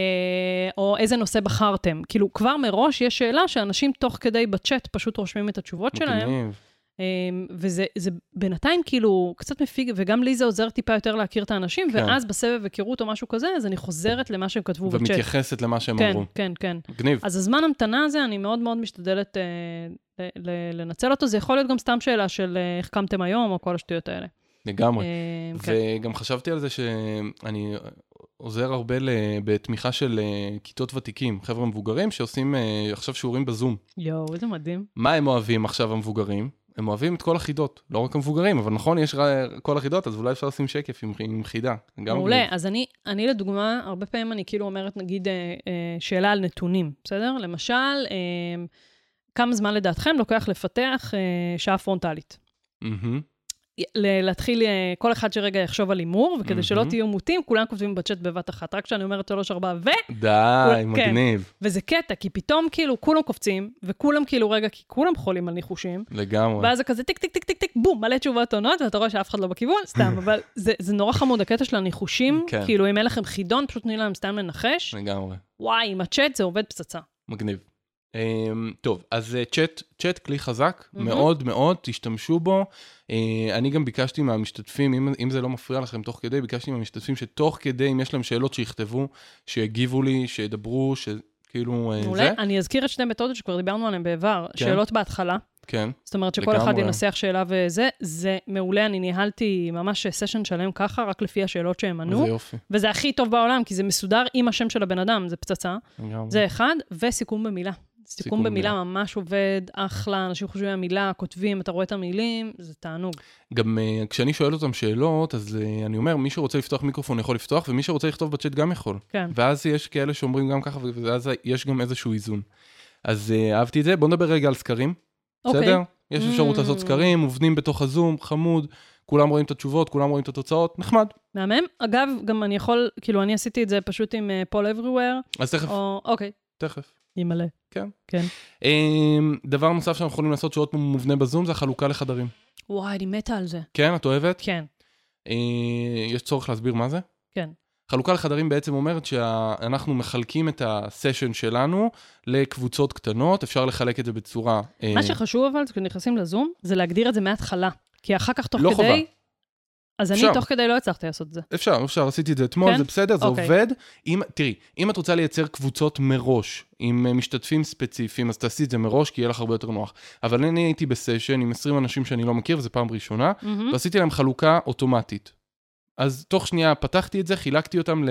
Speaker 1: או איזה נושא בחרתם. כאילו, כבר מראש יש שאלה שאנשים תוך כדי בצ'אט פשוט רושמים את התשובות שלהם,
Speaker 2: מגניב.
Speaker 1: אמ, וזה זה בינתיים כאילו קצת מפיג, וגם לי זה עוזר טיפה יותר להכיר את האנשים,
Speaker 2: כן.
Speaker 1: ואז בסבב היכרות או משהו כזה, אז אני חוזרת למה שהם כתבו בצ'אט.
Speaker 2: ומתייחסת למה שהם
Speaker 1: כן,
Speaker 2: אמרו.
Speaker 1: כן, כן.
Speaker 2: מגניב.
Speaker 1: אז הזמן המתנה הזה, אני מאוד מאוד משתדלת אה, ל- ל- לנצל אותו. זה יכול להיות גם סתם שאלה של אה, איך קמתם היום, או כל השטויות האלה.
Speaker 2: לגמרי.
Speaker 1: אה, כן.
Speaker 2: וגם חשבתי על זה שאני עוזר הרבה ל- בתמיכה של אה, כיתות ותיקים, חבר'ה מבוגרים שעושים אה, עכשיו שיעורים בזום.
Speaker 1: יואו, איזה מדהים.
Speaker 2: מה הם אוהבים עכשיו המבוגרים? הם אוהבים את כל החידות, לא רק המבוגרים, אבל נכון, יש ר- כל החידות, אז אולי אפשר לשים שקף עם, עם חידה. גם
Speaker 1: מעולה.
Speaker 2: מגניב.
Speaker 1: אז אני, אני לדוגמה, הרבה פעמים אני כאילו אומרת, נגיד, אה, אה, שאלה על נתונים, בסדר? למשל, אה, כמה זמן לדעתכם לוקח לפתח אה, שעה פרונטלית?
Speaker 2: מהמם.
Speaker 1: ל- להתחיל, אה, כל אחד שרגע יחשוב על הימור, וכדי שלא
Speaker 2: מהמם.
Speaker 1: תהיו מוטים, כולם כותבים בצ'אט בבת אחת. רק כשאני אומרת שלוש, ארבע, ו...
Speaker 2: די,
Speaker 1: כן.
Speaker 2: מגניב,
Speaker 1: וזה קטע, כי פתאום כאילו כולם קופצים, וכולם כאילו רגע, כי כולם חולים על ניחושים,
Speaker 2: לגמרי.
Speaker 1: ואז זה כזה טיק, טיק, טיק, טיק, טיק, בום, מלא תשובות עונות, ואתה רואה שאף אחד לא בכיוון, סתם, אבל זה, זה נורא חמוד, הקטע של הניחושים,
Speaker 2: כן.
Speaker 1: כאילו, אם אין לכם חידון, פשוט תני להם סתם לנחש.
Speaker 2: לגמרי.
Speaker 1: וואי, עם הצ'אט זה עובד פצצה.
Speaker 2: מגניב. אמ, טוב, אז אה, צ'אט, צ'אט כלי חזק,
Speaker 1: מהמם.
Speaker 2: מאוד מאוד, תשתמשו בו. אה, אני גם ביקשתי מהמשתתפים, אם, אם זה לא מפריע לכם תוך כדי, ביקשתי מהמשתתפים שתוך כדי, אם יש להם שאלות שיכתבו, שיגיבו לי, שידברו, שכאילו אה,
Speaker 1: מעולה.
Speaker 2: זה.
Speaker 1: אני אזכיר את שתי מתודות שכבר דיברנו עליהן בעבר,
Speaker 2: כן.
Speaker 1: שאלות בהתחלה,
Speaker 2: כן,
Speaker 1: זאת אומרת שכל אחד
Speaker 2: לגמרי.
Speaker 1: ינסח שאלה וזה, זה מעולה, אני ניהלתי ממש סשן שלם ככה, רק לפי השאלות שהם
Speaker 2: זה
Speaker 1: ענו,
Speaker 2: יופי.
Speaker 1: וזה הכי טוב בעולם, כי זה מסודר עם השם של הבן אדם, זה פצצה.
Speaker 2: לגמרי.
Speaker 1: זה אחד, וסיכום במילה. סיכום
Speaker 2: סיכום
Speaker 1: במילה
Speaker 2: במילה.
Speaker 1: ממש עובד, אחלה, אנשים חושבים על מילה, כותבים, אתה רואה את המילים, זה תענוג.
Speaker 2: גם אה, כשאני שואל אותם שאלות, אז אה, אני אומר, מי שרוצה לפתוח מיקרופון יכול לפתוח, ומי שרוצה לכתוב בצ'אט גם יכול.
Speaker 1: כן.
Speaker 2: ואז יש כאלה שאומרים גם ככה, ואז יש גם איזשהו איזון. אז אה, אהבתי את זה. בואו נדבר רגע על סקרים.
Speaker 1: אוקיי.
Speaker 2: בסדר? יש אפשרות
Speaker 1: Mm.
Speaker 2: לעשות סקרים, מובנים בתוך הזום, חמוד, כולם רואים את התשובות, כולם רואים את התוצאות, נחמד.
Speaker 1: מהמם. אגב, גם אני יכול, כאילו, אני עשיתי את זה פשוט עם פול אבריוור,
Speaker 2: אז תכף,
Speaker 1: או... אוקיי,
Speaker 2: תכף.
Speaker 1: ימלא.
Speaker 2: כן.
Speaker 1: כן.
Speaker 2: אמ, דבר נוסף שאנחנו יכולים לעשות שעות מובנה בזום זה החלוקה לחדרים.
Speaker 1: וואי, אני מתה על זה.
Speaker 2: כן, את אוהבת?
Speaker 1: כן,
Speaker 2: אה, יש צורך להסביר מה זה?
Speaker 1: כן.
Speaker 2: חלוקה לחדרים בעצם אומרת שאנחנו מחלקים את הסשן שלנו לקבוצות קטנות, אפשר לחלק את זה בצורה... אה,
Speaker 1: מה שחשוב אבל, זה כשנכנסים לזום, זה להגדיר את זה מההתחלה. כי אחר כך, תוך
Speaker 2: לא
Speaker 1: כדי...
Speaker 2: חובה.
Speaker 1: אז אני
Speaker 2: אפשר.
Speaker 1: תוך כדי לא הצלחתי לעשות את זה.
Speaker 2: אפשר, אפשר, עשיתי את זה אתמול,
Speaker 1: כן?
Speaker 2: כן? זה בסדר, זה
Speaker 1: אוקיי.
Speaker 2: עובד. אם, תראי, אם את רוצה לייצר קבוצות מראש, עם אה, משתתפים ספציפיים, אז תעשי את זה מראש, כי יהיה לך הרבה יותר נוח. אבל אני הייתי בסשן עם 20 אנשים שאני לא מכיר, וזו פעם ראשונה,
Speaker 1: מהמם.
Speaker 2: ועשיתי להם חלוקה אוטומטית. אז תוך שנייה פתחתי את זה, חילקתי אותם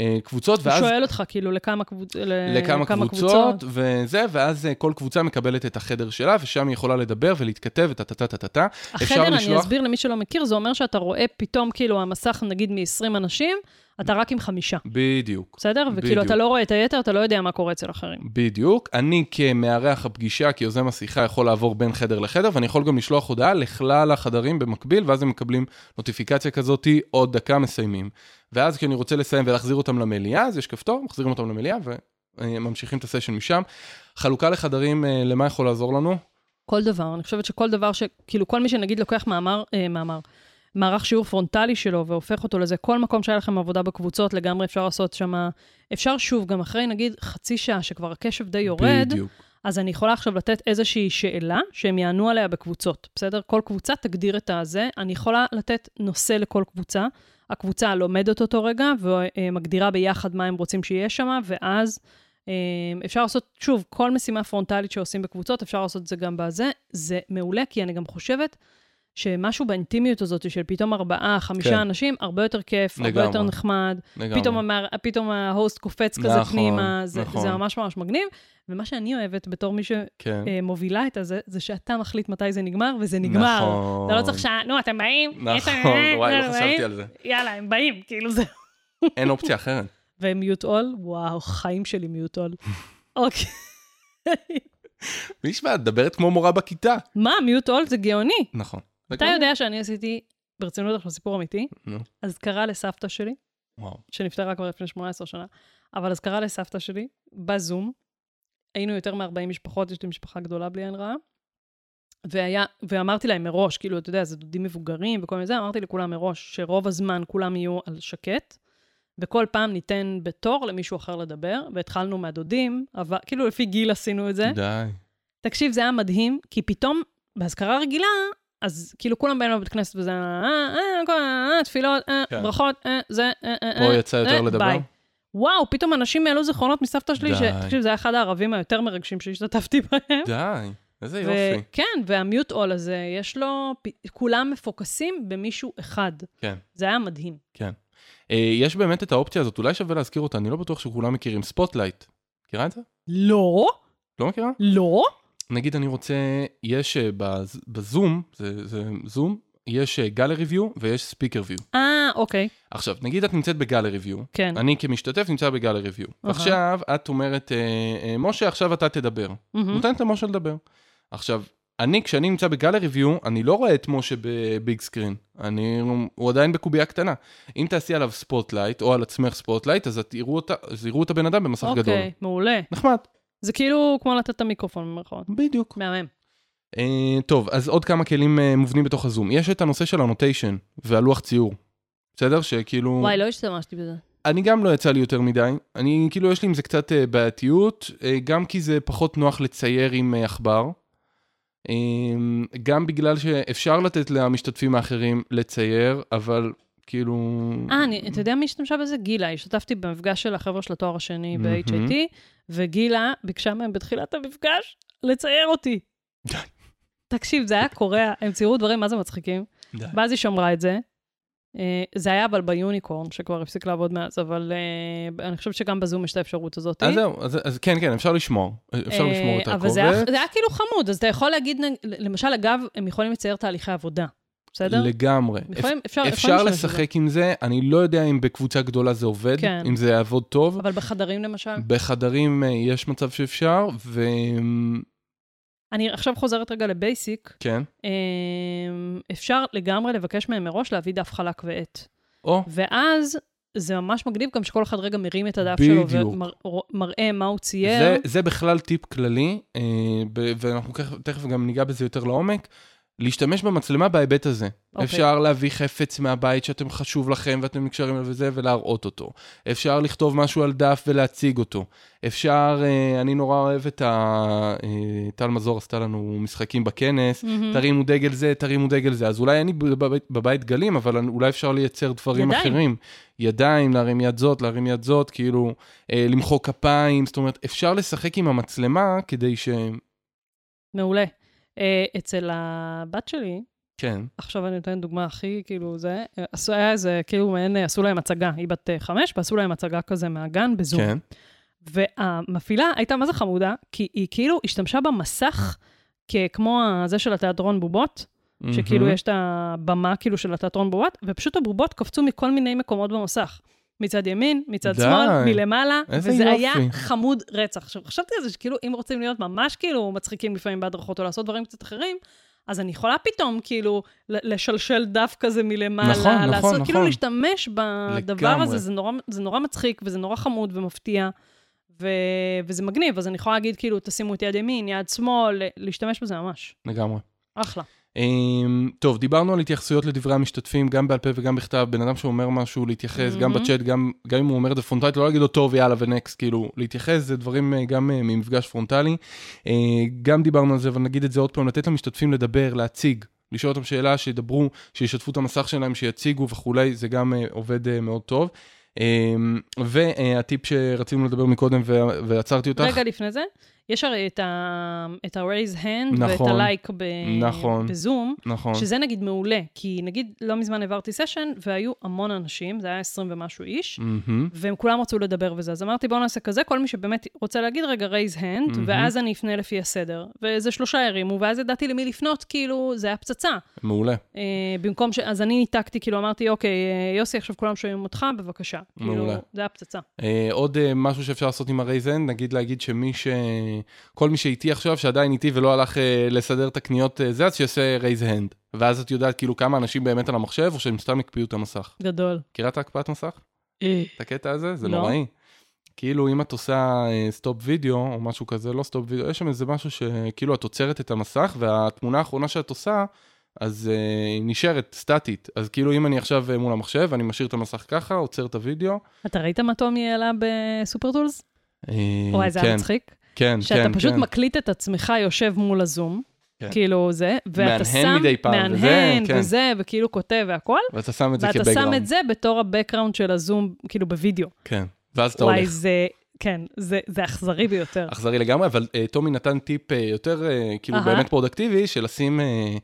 Speaker 2: לקבוצות,
Speaker 1: הוא
Speaker 2: ואז
Speaker 1: שואל אותך, כאילו, לכמה קבוצ- ל-
Speaker 2: לכמה
Speaker 1: כמה
Speaker 2: קבוצות, וזה, ואז אה, כל קבוצה מקבלת את החדר שלה, ושם היא יכולה לדבר ולהתכתב, וטה-טה-טה-טה-טה. אפשר
Speaker 1: החדר, אני
Speaker 2: לשלוח-
Speaker 1: אסביר למי שלא מכיר, זה אומר שאתה רואה פתאום, כאילו, המסך, נגיד, מ-20 אנשים, אתה רק עם חמישה,
Speaker 2: בדיוק.
Speaker 1: בסדר? וכאילו,
Speaker 2: בדיוק.
Speaker 1: אתה לא רואה את היתר, אתה לא יודע מה קורה אצל אחרים.
Speaker 2: בדיוק. אני כמארח הפגישה, כיוזם השיחה, יכול לעבור בין חדר לחדר, ואני יכול גם לשלוח הודעה לכלל החדרים במקביל, ואז הם מקבלים נוטיפיקציה כזאתי, עוד דקה מסיימים. ואז כשאני רוצה לסיים ולהחזיר אותם למליאה, אז יש כפתור, מחזירים אותם למליאה וממשיכים את הסשן משם. חלוקה לחדרים, אה, למה יכול לעזור לנו?
Speaker 1: כל דבר, אני חושבת שכל דבר ש... כאילו, כל מי שנגיד לוקח מאמר, אה, מאמר, מערך שיעור פרונטלי שלו והופך אותו לזה, כל מקום שהיה לכם עבודה בקבוצות, לגמרי אפשר לעשות שם... אפשר שוב, גם אחרי, נגיד, חצי שעה, שכבר הקשב די יורד,
Speaker 2: בדיוק.
Speaker 1: אז אני יכולה עכשיו לתת איזושהי שאלה שהם יענו עליה בקבוצות, בסדר? כל קבוצה תגדיר את הזה. אני יכולה לתת נושא לכל קבוצה. הקבוצה לומדת אותו רגע ומגדירה ביחד מה הם רוצים שיהיה שם, ואז אמ, אפשר לעשות, שוב, כל משימה פרונטלית שעושים בקבוצות, אפשר לעשות את זה גם בזה. זה מעולה, כי אני גם חושבת שמשהו באינטימיות הזאת של פתאום ארבעה, חמישה
Speaker 2: כן.
Speaker 1: אנשים, הרבה יותר כיף, הרבה
Speaker 2: לגמרי.
Speaker 1: יותר נחמד.
Speaker 2: לגמרי.
Speaker 1: פתאום, המאר... פתאום ההוסט קופץ כזה
Speaker 2: נכון,
Speaker 1: פנימה, זה,
Speaker 2: נכון.
Speaker 1: זה ממש ממש מגניב. ומה שאני אוהבת בתור מי אה,
Speaker 2: כן.
Speaker 1: שמובילה את הזה, זה שאתה מחליט מתי זה נגמר, וזה נגמר.
Speaker 2: נכון.
Speaker 1: אתה לא צריך שעה, נו, אתם באים? יש
Speaker 2: נכון,
Speaker 1: להם-
Speaker 2: וואי, לא
Speaker 1: הם
Speaker 2: חשבתי
Speaker 1: באים?"
Speaker 2: על זה.
Speaker 1: יאללה, הם באים, כאילו זה...
Speaker 2: אין אופציה אחרת.
Speaker 1: ומיוט אול, וואו, חיים שלי מיוט אול. אוקיי.
Speaker 2: נשמע, את מדברת כמו מורה בכיתה.
Speaker 1: מה, מיוט אול זה גאוני.
Speaker 2: נכון.
Speaker 1: אתה יודע שאני עשיתי, ברצינות עכשיו סיפור אמיתי,
Speaker 2: נו.
Speaker 1: אז קרה לסבתא שלי,
Speaker 2: וואו.
Speaker 1: שנפטרה כבר לפני 18 שנה, אבל אז קרה לסבתא שלי, בזום, היינו יותר מ-40 משפחות, יש לי משפחה גדולה בלי עין רעה, והיה, ואמרתי להם מראש, כאילו, אתה יודע, זה דודים מבוגרים וכל מיני זה, אמרתי לכולם מראש, שרוב הזמן כולם יהיו על שקט, וכל פעם ניתן בתור למישהו אחר לדבר, והתחלנו מהדודים, אבל כאילו לפי גיל עשינו את זה.
Speaker 2: די.
Speaker 1: תקשיב, זה היה מדהים, כי פתאום, באזכרה רגילה, אז כאילו כולם באים לבית כנסת וזה, אה, אה, אה, אה, אה, תפילות, אה,
Speaker 2: כן.
Speaker 1: ברכות, אה, זה, אה, אה,
Speaker 2: פה
Speaker 1: אה,
Speaker 2: יצא יותר
Speaker 1: אה,
Speaker 2: לדבר.
Speaker 1: ביי. וואו, פתאום אנשים העלו זיכרונות מסבתא שלי,
Speaker 2: די.
Speaker 1: שתקשיב, זה היה אחד הערבים היותר מרגשים שהשתתפתי בהם.
Speaker 2: די. איזה
Speaker 1: ו-
Speaker 2: יופי.
Speaker 1: כן, והמיוט עול הזה, יש לו, פ- כולם מפוקסים במישהו אחד.
Speaker 2: כן.
Speaker 1: זה היה מדהים.
Speaker 2: אה, יש באמת את האופציה הזאת, אולי שווה להזכיר אותה, אני לא בטוח שכולם מכירים. ספוטלייט. מכירה את זה?
Speaker 1: לא,
Speaker 2: לא מכירה?
Speaker 1: לא.
Speaker 2: נגיד אני רוצה, יש אה, בז- בזום, זה זה זום, יש גלרי ויו ויש ספיקר ויו.
Speaker 1: אה, אוקיי,
Speaker 2: עכשיו, נגיד את נמצאת בגלרי ויו,
Speaker 1: כן.
Speaker 2: אני כמשתתף נמצא בגלרי ויו. עכשיו, את אומרת, אה, אה, משה, עכשיו אתה תדבר.
Speaker 1: מהמם.
Speaker 2: נותנת למשה לדבר. עכשיו, אני, כשאני נמצא בגלרי ויו, אני לא רואה את משה בביג סקרין. אני, הוא עדיין בקובייה קטנה. אם תעשי עליו ספוטלייט, או על עצמך ספוטלייט, אז את יראו אותה, אז יראו את הבן אדם במסך גדול.
Speaker 1: אוקיי, מעולה.
Speaker 2: נחמד,
Speaker 1: זה כאילו כמו לתת את המיקרופון במירכאות.
Speaker 2: בדיוק.
Speaker 1: מהמם.
Speaker 2: אה, טוב, אז עוד כמה כלים אה, מובנים בתוך הזום. יש את הנושא של הנוטיישן והלוח ציור. בסדר? שכאילו...
Speaker 1: וואי, לא השתמשתי בזה.
Speaker 2: אני גם לא יצא לי יותר מדי. אני, כאילו, יש לי עם זה קצת אה, בעייתיות, אה, גם כי זה פחות נוח לצייר עם אה, עכבר. אה, גם בגלל שאפשר לתת למשתתפים האחרים לצייר, אבל כאילו...
Speaker 1: אה, אני- אתה יודע מי השתמשה בזה? גילה. השתתפתי במפגש של החבר'ה של התואר השני
Speaker 2: מהמם.
Speaker 1: ב-HIT, וגילה ביקשה מהם בתחילת המפגש לצייר אותי.
Speaker 2: די.
Speaker 1: תקשיב, זה היה קורע, הם ציירו דברים, מה זה מצחיקים?
Speaker 2: די.
Speaker 1: ואז היא שמרה את זה. אה, זה היה אבל ביוניקורן, שכבר הפסיק לעבוד מאז, אבל אה, אני חושבת שגם בזום יש את האפשרות הזאת.
Speaker 2: אז זהו, אז, אז כן, כן, אפשר לשמור. אפשר
Speaker 1: אה,
Speaker 2: לשמור את
Speaker 1: אבל זה היה-
Speaker 2: הקובץ.
Speaker 1: זה היה כאילו חמוד, אז אתה יכול להגיד, נג- למשל, אגב, הם יכולים לצייר תהליכי עבודה, בסדר?
Speaker 2: לגמרי.
Speaker 1: הם יכולים- אפשר
Speaker 2: אפ-
Speaker 1: יכולים
Speaker 2: אפשר
Speaker 1: להשתמש בזה.
Speaker 2: לשחק עם זה, אני לא יודע אם בקבוצה גדולה זה עובד,
Speaker 1: כן.
Speaker 2: אם זה יעבוד טוב.
Speaker 1: אבל בחדרים, למשל.
Speaker 2: בחדרים אה, יש מצב שאפשר, וכן.
Speaker 1: אני עכשיו חוזרת רגע לבייסיק.
Speaker 2: כן.
Speaker 1: אמ, אפשר לגמרי לבקש מהם מראש להביא דף חלק ועט.
Speaker 2: או,
Speaker 1: ואז זה ממש מגניב גם שכל אחד רגע מרים את הדף שלו
Speaker 2: בדיוק.
Speaker 1: ומראה מה הוא צייר.
Speaker 2: זה, זה בכלל טיפ כללי, אה, ב- ואנחנו כ- תכף גם ניגע בזה יותר לעומק, להשתמש במצלמה בהיבט הזה.
Speaker 1: אוקיי.
Speaker 2: אפשר להביא חפץ מהבית שאתם חשוב לכם ואתם נקשרים אליו וזה, ולהראות אותו. אפשר לכתוב משהו על דף ולהציג אותו. אפשר, אה, אני נורא אוהב את ה... אה, טל מזור עשתה לנו משחקים בכנס,
Speaker 1: מהמם.
Speaker 2: תרימו דגל זה, תרימו דגל זה. אז אולי אני בבית, בבית גלים, אבל אולי אפשר לייצר דברים
Speaker 1: ידיים.
Speaker 2: אחרים. ידיים, להרים יד זאת, להרים יד זאת, כאילו, אה, למחוא כפיים, זאת אומרת, אפשר לשחק עם המצלמה כדי ש...
Speaker 1: מעולה. אה, אצל הבת שלי,
Speaker 2: כן.
Speaker 1: עכשיו אני נותנת דוגמה הכי, כאילו, זה, אה, עשו- היה איזה, כאילו, מעין, אה, עשו להם הצגה, היא בת אה, חמש, ועשו להם הצגה כזה מהגן בזום.
Speaker 2: כן.
Speaker 1: והמפעילה הייתה מה זה חמודה, כי היא כאילו השתמשה במסך ככמו זה של התיאטרון בובות,
Speaker 2: Mm-hmm.
Speaker 1: שכאילו יש את הבמה כאילו של התיאטרון בוואט, ופשוט הבובות קפצו מכל מיני מקומות במסך. מצד ימין, מצד
Speaker 2: די.
Speaker 1: שמאל, מלמעלה,
Speaker 2: איזה
Speaker 1: וזה
Speaker 2: יופי.
Speaker 1: היה חמוד רצח. עכשיו, חשבתי על זה שכאילו, אם רוצים להיות ממש כאילו מצחיקים לפעמים בהדרכות או לעשות דברים קצת אחרים, אז אני יכולה פתאום כאילו ל- לשלשל דף כזה מלמעלה,
Speaker 2: נכון, נכון,
Speaker 1: לעשות, כאילו
Speaker 2: נכון.
Speaker 1: להשתמש בדבר
Speaker 2: לגמרי.
Speaker 1: הזה, זה נורא, זה נורא מצחיק וזה נורא חמוד ומפתיע, ו... וזה מגניב, אז אני יכולה להגיד כאילו, תשימו את יד ימין, יד שמאל, להשתמש בזה ממש.
Speaker 2: Mhm, לגמרי.
Speaker 1: אחלה.
Speaker 2: אמ, טוב, דיברנו על התייחסויות לדברי המשתתפים, גם בעל פה וגם בכתב. בן אדם שאומר משהו, להתייחס, גם
Speaker 1: Mhm.
Speaker 2: בצ'אט, גם גם אם הוא אומר את זה פרונטלית, לא להגיד לו טוב, יאללה ונקסט, כאילו, להתייחס, זה דברים אה, גם אה, ממפגש פרונטלי. אה, גם דיברנו על זה, אבל נגיד את זה עוד פעם, לתת למשתתפים לדבר, להציג, לשאול אותם שאלה, שידברו, שישתפו את המסך שלהם, שיציגו וכולי, זה גם אה, עובד אה, מאוד טוב. אמ, והטיפ שרצינו לדבר מקודם וה- ועצרתי אותך,
Speaker 1: רגע לפני זה, יש הרי את ה- את ה-raise hand
Speaker 2: נכון.
Speaker 1: ואת ה-like
Speaker 2: נכון.
Speaker 1: ב- בזום,
Speaker 2: נכון,
Speaker 1: שזה נגיד מעולה, כי נגיד לא מזמן העברתי סשן והיו המון אנשים, זה היה 20 ומשהו איש,
Speaker 2: מהמם.
Speaker 1: והם כולם רצו לדבר וזה, אז אמרתי בואו נעשה כזה, כל מי שבאמת רוצה להגיד רגע raise hand,
Speaker 2: מהמם.
Speaker 1: ואז אני אפנה לפי הסדר. ואיזה שלושה הרימו, ואז ידעתי למי לפנות, כאילו, זה היה פצצה.
Speaker 2: מעולה,
Speaker 1: אה, במקום ש... אז אני ניתקתי, כאילו אמרתי, אוקיי, אה, יוסי, עכשיו כולם שומעים אותך, בבקשה. כאילו,
Speaker 2: מעולה.
Speaker 1: זה היה פצצה.
Speaker 2: אה, עוד אה, משהו שאפשר לעשות עם הרייזן, נגיד להגיד שמי ש... כל מי שאיתי עכשיו, שעדיין איתי ולא הלך אה, לסדר את הקניות אה, זה, אז שיעשה רייז הנד. ואז את יודעת כאילו כמה אנשים באמת על המחשב, או שהם סתם הקפיאו את המסך.
Speaker 1: גדול.
Speaker 2: מכירה את ההקפאת מסך? את הקטע הזה? זה
Speaker 1: לא.
Speaker 2: נוראי. כאילו אם את עושה סטופ וידאו או משהו כזה, לא סטופ וידאו, יש שם איזה משהו שכאילו את עוצרת את המסך והתמונה האחרונה שאת עושה, אז אה, היא נשארת סטטית. אז כאילו אם אני עכשיו אה, מול המחשב, אני משאיר את המסך ככה, עוצר את הוידאו.
Speaker 1: אתה ראית מה תומי העלה בסופרטולס?
Speaker 2: אה,
Speaker 1: וואי, זה
Speaker 2: כן.
Speaker 1: היה מצחיק.
Speaker 2: כן,
Speaker 1: שאתה
Speaker 2: כן,
Speaker 1: פשוט
Speaker 2: כן.
Speaker 1: מקליט את עצמך יושב מול הזום,
Speaker 2: כן.
Speaker 1: כאילו זה,
Speaker 2: מהנהן
Speaker 1: ואתה שם...
Speaker 2: מדי פעם, וזה,
Speaker 1: מהנהן
Speaker 2: כן.
Speaker 1: וזה, וכאילו כותב והכל,
Speaker 2: ואתה שם את זה
Speaker 1: ואתה שם
Speaker 2: כבקגראונד.
Speaker 1: את זה בתור הבקראונד של הזום, כאילו בווידאו.
Speaker 2: כן. ואז אתה
Speaker 1: וואי,
Speaker 2: הולך.
Speaker 1: זה... כן, זה זה אכזרי ביותר.
Speaker 2: אכזרי לגמרי, אבל אה, טומי נתן טיפ אה, יותר, אה, כאילו
Speaker 1: אהה.
Speaker 2: באמת פרודקטיבי, של לשים אה,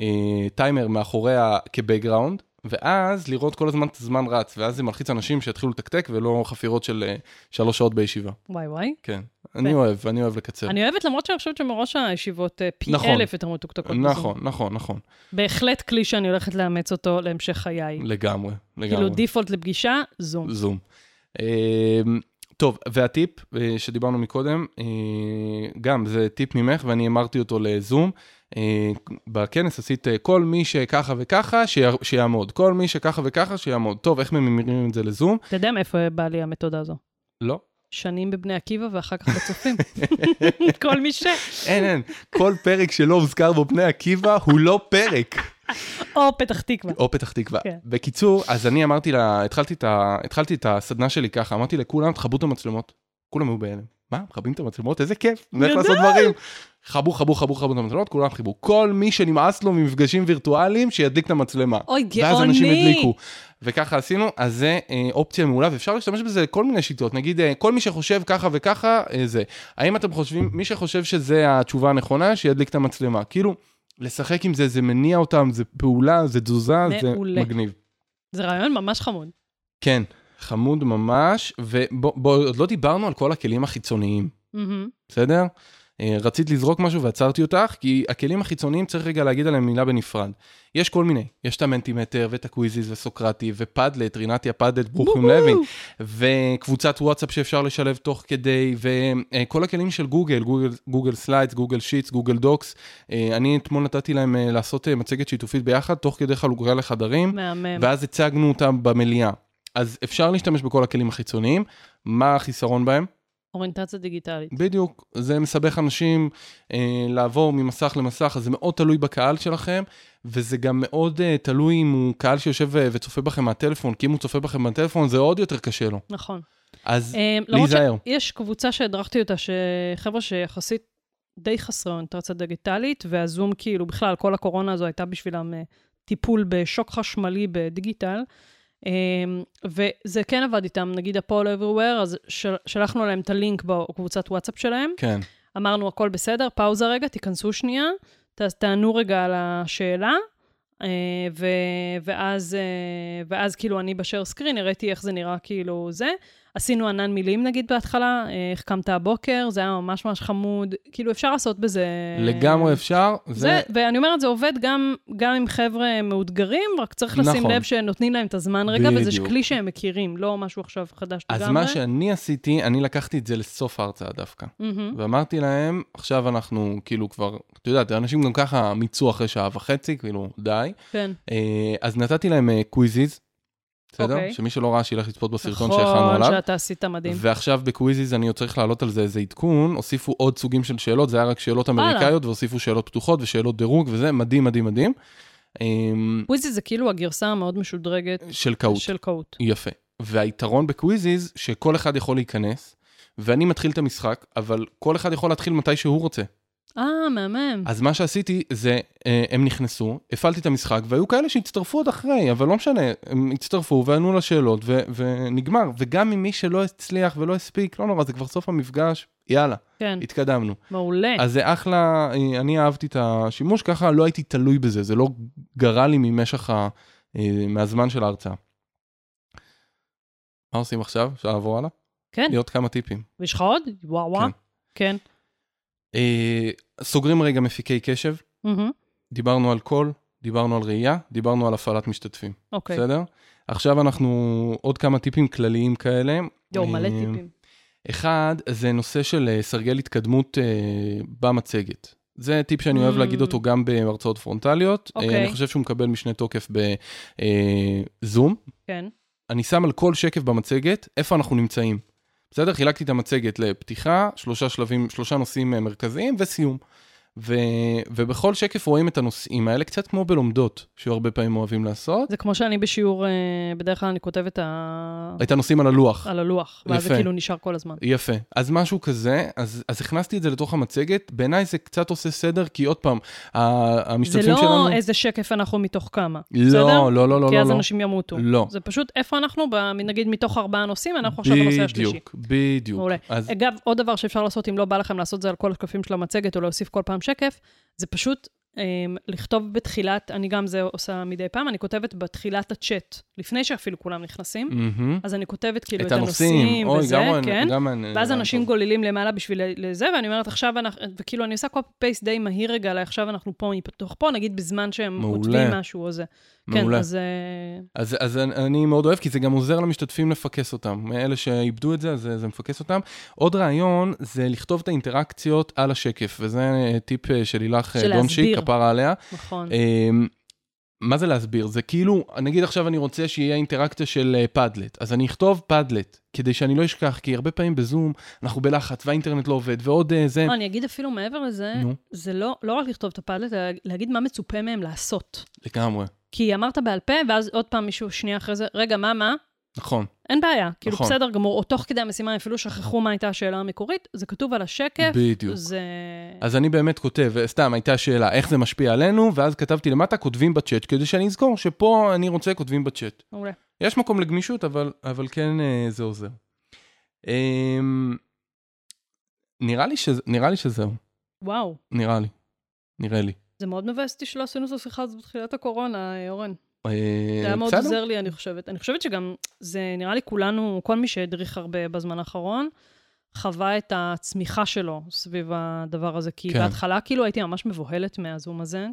Speaker 2: אה, טיימר מאחורי ה- כבקגראונד, ואז לראות כל הזמן את הזמן רץ, ואז זה מלחיץ אנשים שיתחילו לתקתק ולא חפירות של אה, שלוש שעות בישיבה.
Speaker 1: וואי, וואי.
Speaker 2: כן. אני אוהב, אני אוהב לקצר.
Speaker 1: אני אוהבת, למרות שאני חושבת שמראש הישיבות אה, פי
Speaker 2: נכון.
Speaker 1: אלף יותר מתוקתקות. בזום.
Speaker 2: נכון, נכון, נכון.
Speaker 1: בהחלט כלי שאני הולכת לאמץ אותו להמשך חיי.
Speaker 2: לגמרי, לגמרי.
Speaker 1: כאילו דיפולט לפגישה, זום.
Speaker 2: זום. אה, טוב, והטיפ אה, שדיברנו מקודם, אה, גם זה טיפ ממך ואני אמרתי אותו לזום. אה, בכנס עשית אה, כל מי שככה וככה שיה- שיעמוד, כל מי שככה וככה שיעמוד. טוב, איך ממירים את זה לזום?
Speaker 1: אתה יודע מאיפה באה לי המתודה הזו?
Speaker 2: לא.
Speaker 1: שנים בבני עקיבא ואחר כך בצופים. כל מי ש...
Speaker 2: אין, אין. כל פרק שלא הוזכר בו בני עקיבא הוא לא פרק.
Speaker 1: או פתח תקווה.
Speaker 2: או פתח תקווה.
Speaker 1: כן.
Speaker 2: בקיצור, אז אני אמרתי לה, התחלתי את, ה, התחלתי את הסדנה שלי ככה, אמרתי לכולם, תכבו את המצלמות. כולם היו בהלם. מה, מכבים את המצלמות? איזה כיף, נלך
Speaker 1: גדול.
Speaker 2: לעשות דברים. חבו, חבו, חבו, חבו את המצלמות, כולם חיבו. כל מי שנמאס לו ממפגשים וירטואליים, שידליק את המצלמה.
Speaker 1: אוי,
Speaker 2: ואז אנשים
Speaker 1: גאוני.
Speaker 2: הדליקו. וככה עשינו, אז זה אה, אופציה מעולה, ואפשר להשתמש בזה לכל מיני שיטות. נגיד, אה, כל מי שחושב ככה וככה, אה, זה. האם אתם חושבים, מי שחושב שזה התשובה הנכונה, שידליק את המצלמה. כאילו, לשחק עם זה, זה מניע אותם, זה פעולה, זה תזוזה, זה
Speaker 1: מעולה.
Speaker 2: מגניב.
Speaker 1: זה רעיון ממש חמוד.
Speaker 2: כן, חמוד ממש, ובואו, עוד לא דיברנו על כל הכלים החיצוניים,
Speaker 1: מהמם.
Speaker 2: בסדר? אה, רצית לזרוק משהו ועצרתי אותך, כי הכלים החיצוניים צריך רגע להגיד עליהם מילה בנפרד. יש כל מיני, יש את המנטימטר ואת הקוויזיז וסוקרטי ופדלט, רינתיה פדלט, ברוכים
Speaker 1: וואו.
Speaker 2: לוין, וקבוצת וואטסאפ שאפשר לשלב תוך כדי, וכל הכלים של גוגל, גוגל, גוגל סליידס, גוגל שיטס, גוגל דוקס. אה, אני אתמול נתתי להם אה, לעשות אה, מצגת שיתופית ביחד, תוך כדי חלוקה לחדרים.
Speaker 1: מהמם.
Speaker 2: ואז הצגנו אותם במליאה. אז אפשר להשתמש בכל הכלים החיצוניים, מה החיסרון בהם?
Speaker 1: אוריינטציה דיגיטלית.
Speaker 2: בדיוק, זה מסבך אנשים אה, לעבור ממסך למסך, אז זה מאוד תלוי בקהל שלכם, וזה גם מאוד אה, תלוי אם הוא קהל שיושב אה, וצופה בכם מהטלפון, כי אם הוא צופה בכם מהטלפון זה עוד יותר קשה לו.
Speaker 1: נכון.
Speaker 2: אז
Speaker 1: אמ, למרות
Speaker 2: להיזהר.
Speaker 1: שיש קבוצה שהדרכתי אותה, שחבר'ה שיחסית די חסרי אוריינטציה דיגיטלית, והזום כאילו, בכלל, כל הקורונה הזו הייתה בשבילם אה, טיפול בשוק חשמלי בדיגיטל. אמ, וזה כן עבד איתם, נגיד הפועל everywhere, אז של- שלחנו להם את הלינק בקבוצת וואטסאפ שלהם.
Speaker 2: כן,
Speaker 1: אמרנו, הכל בסדר, פאוזה רגע, תיכנסו שנייה, ת, תענו רגע על השאלה, אה, ו, ואז, אה, ואז כאילו אני בשר סקרין, הראיתי איך זה נראה כאילו זה. עשינו ענן מילים נגיד בהתחלה, אה, איך קמת הבוקר, זה היה ממש ממש חמוד. כאילו, אפשר לעשות בזה...
Speaker 2: לגמרי אפשר,
Speaker 1: אה, זה,
Speaker 2: זה
Speaker 1: ואני אומרת, זה עובד גם, גם עם חבר'ה מאותגרים, רק צריך לשים
Speaker 2: נכון.
Speaker 1: לב שנותנים להם את הזמן רגע, וזה
Speaker 2: בדיוק.
Speaker 1: כלי שהם מכירים, לא משהו עכשיו חדש
Speaker 2: אז
Speaker 1: לגמרי. Mm-hmm.
Speaker 2: מה שאני עשיתי, אני לקחתי את זה לסוף ההרצאה דווקא.
Speaker 1: מהמם.
Speaker 2: ואמרתי להם, עכשיו אנחנו כאילו כבר, את יודעת, אנשים גם ככה מיצו אחרי שעה וחצי, כאילו, די.
Speaker 1: כן.
Speaker 2: אה, אז נתתי להם אה, קוויזיז, בסדר?
Speaker 1: אוקיי.
Speaker 2: שמי שלא ראה, שילך לצפות בסרטון שהכנו
Speaker 1: נכון
Speaker 2: עליו.
Speaker 1: שאתה עשית מדהים.
Speaker 2: ועכשיו בקוויזיז אני עוד צריך להעלות על זה איזה עדכון, הוסיפו עוד סוגים של שאלות, זה היה רק שאלות
Speaker 1: וואלה.
Speaker 2: אמריקאיות, והוסיפו שאלות פתוחות ושאלות דירוג, וזה מדהים, מדהים, מדהים. אמ,
Speaker 1: וויזי זה כאילו הגרסה המאוד משודרגת
Speaker 2: של קאוט.
Speaker 1: של קאוט.
Speaker 2: יפה. והיתרון בקוויזיז, שכל אחד יכול להיכנס, ואני מתחיל את המשחק, אבל כל אחד יכול להתחיל מתי שהוא רוצה.
Speaker 1: אה, מהמם.
Speaker 2: אז מה שעשיתי זה, אה, הם נכנסו, הפעלתי את המשחק, והיו כאלה שהצטרפו עוד אחרי, אבל לא משנה, הם הצטרפו וענו לשאלות, ו- ונגמר. וגם ממי שלא הצליח ולא הספיק, לא נורא, זה כבר סוף המפגש, יאללה,
Speaker 1: כן,
Speaker 2: התקדמנו.
Speaker 1: מעולה.
Speaker 2: אז זה אחלה, אה, אני אהבתי את השימוש, ככה לא הייתי תלוי בזה, זה לא גרע לי ממשך, ה, אה, מהזמן של ההרצאה. מה עושים עכשיו? אפשר לעבור הלאה?
Speaker 1: כן,
Speaker 2: להיות כמה טיפים.
Speaker 1: ויש לך עוד? וואו וואו. כן.
Speaker 2: אה, סוגרים רגע מפיקי קשב,
Speaker 1: מהמם.
Speaker 2: דיברנו על קול, דיברנו על ראייה, דיברנו על הפעלת משתתפים,
Speaker 1: אוקיי.
Speaker 2: בסדר? עכשיו אנחנו עוד כמה טיפים כלליים כאלה.
Speaker 1: יואו, מלא
Speaker 2: אה,
Speaker 1: טיפים.
Speaker 2: אחד, זה נושא של אה, סרגל התקדמות אה, במצגת. זה טיפ שאני אוהב
Speaker 1: Mm.
Speaker 2: להגיד אותו גם בהרצאות פרונטליות. אה,
Speaker 1: אוקיי.
Speaker 2: אני חושב שהוא מקבל משנה תוקף בזום.
Speaker 1: כן.
Speaker 2: אני שם על כל שקף במצגת איפה אנחנו נמצאים. בסדר? חילקתי את המצגת לפתיחה, שלושה שלבים, שלושה נושאים אה, מרכזיים וסיום. ו, ובכל שקף רואים את הנושאים האלה, קצת כמו בלומדות, שהרבה פעמים אוהבים לעשות.
Speaker 1: זה כמו שאני בשיעור, אה, בדרך כלל אני כותבת ה-
Speaker 2: את הנושאים על הלוח.
Speaker 1: על הלוח, ואז זה
Speaker 2: יפה.
Speaker 1: כאילו נשאר כל הזמן.
Speaker 2: יפה. אז משהו כזה, אז, אז הכנסתי את זה לתוך המצגת, בעיניי זה קצת עושה סדר, כי עוד פעם, ה-
Speaker 1: זה
Speaker 2: המשתתפים
Speaker 1: לא
Speaker 2: שלנו...
Speaker 1: איזה שקף אנחנו מתוך כמה.
Speaker 2: לא,
Speaker 1: בסדר?
Speaker 2: לא, לא, לא, לא.
Speaker 1: כי אז
Speaker 2: לא.
Speaker 1: אנשים ימותו.
Speaker 2: לא.
Speaker 1: זה פשוט איפה אנחנו, ב- נגיד מתוך ארבעה נושאים, אנחנו עכשיו בנושא השלישי.
Speaker 2: בדיוק, בדיוק.
Speaker 1: מעולה. אה,
Speaker 2: אז
Speaker 1: אגב, עוד דבר שאפשר לעשות, אם לא בא לכם לעשות זה על כל השקפים של המצגת או להוסיף כל פעם שקף, זה פשוט אמ, לכתוב בתחילת, אני גם זה עושה מדי פעם, אני כותבת בתחילת הצ'אט, לפני שאפילו כולם נכנסים,
Speaker 2: מהמם.
Speaker 1: אז אני כותבת כאילו
Speaker 2: Mm. את הנושאים, אוי,
Speaker 1: וזה,
Speaker 2: גם...
Speaker 1: כן?
Speaker 2: גם אה,
Speaker 1: ואז
Speaker 2: גם-
Speaker 1: אנשים גוללים למעלה בשביל לזה, ואני אומרת, עכשיו אנחנו, וכאילו, אני עושה copy-paste די מהיר רגע, אלא עכשיו אנחנו פה, מתוך פה, נגיד בזמן שהם
Speaker 2: מעולה.
Speaker 1: כותבים משהו או זה. כן,
Speaker 2: מעולה.
Speaker 1: אז... אה,
Speaker 2: אז, אז אני- אני מאוד אוהב, כי זה גם עוזר למשתתפים לפקס אותם. אלה שאיבדו את זה, אז זה, זה מפקס אותם. עוד רעיון זה לכתוב את האינטראקציות על השקף, וזה אה, טיפ אה, של לילך אה,
Speaker 1: של
Speaker 2: דונצ'יק,
Speaker 1: להסביר.
Speaker 2: כפרה עליה.
Speaker 1: נכון.
Speaker 2: אמ, מה זה להסביר? זה כאילו, נגיד עכשיו אני רוצה שיהיה אינטראקציה של אה, פאדלט, אז אני אכתוב פאדלט, כדי שאני לא אשכח, כי הרבה פעמים בזום אנחנו בלחץ, והאינטרנט לא עובד, ועוד אה, זה...
Speaker 1: לא, אני אגיד אפילו מעבר לזה,
Speaker 2: נו,
Speaker 1: זה לא, לא רק לכתוב את הפאדלט, אלא להגיד מה מצופה מהם לעשות.
Speaker 2: לגמרי.
Speaker 1: כי אמרת בעל פה, ואז עוד פעם מישהו שנייה אחרי זה, רגע, מה, מה?
Speaker 2: נכון,
Speaker 1: אין בעיה, כאילו
Speaker 2: נכון.
Speaker 1: בסדר גמור, או תוך כדי המשימה הם אפילו שכחו מה הייתה השאלה המקורית, זה כתוב על השקף,
Speaker 2: בדיוק.
Speaker 1: זה...
Speaker 2: אז אני באמת כותב, אה, סתם, הייתה שאלה, איך זה משפיע עלינו, ואז כתבתי למטה, כותבים בצ'אט, כדי שאני אזכור שפה אני רוצה כותבים בצ'אט.
Speaker 1: מעולה.
Speaker 2: יש מקום לגמישות, אבל, אבל כן אה, זה עוזר. אה, נראה לי, שזה, נראה לי שזהו,
Speaker 1: וואו,
Speaker 2: נראה לי. נראה לי.
Speaker 1: זה מאוד מבאס אותי שלא עשינו את השיחה הזאת בתחילת הקורונה, אה, אורן.
Speaker 2: אה,
Speaker 1: זה היה מאוד
Speaker 2: בסדר?
Speaker 1: עוזר לי, אני חושבת. אני חושבת שגם, זה נראה לי כולנו, כל מי שהדריך הרבה בזמן האחרון, חווה את הצמיחה שלו סביב הדבר הזה. כי
Speaker 2: כן.
Speaker 1: כן. בהתחלה כאילו הייתי ממש מבוהלת מהזום הזה,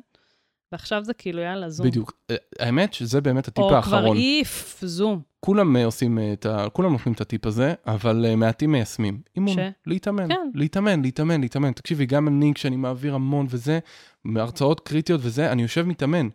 Speaker 1: ועכשיו זה כאילו, יאללה, זום.
Speaker 2: בדיוק. אה, האמת שזה באמת הטיפ
Speaker 1: או כבר
Speaker 2: האחרון.
Speaker 1: איף, זום.
Speaker 2: כולם אה, עושים אה, את ה... כולם נותנים את הטיפ הזה, אבל אה, מעטים מיישמים. אימון,
Speaker 1: ש?
Speaker 2: להתאמן,
Speaker 1: כן.
Speaker 2: להתאמן, להתאמן, להתאמן. תקשיבי, גם אני, כשאני מעביר המון וזה, מהרצאות קריטיות וזה, אני יושב מתאמן.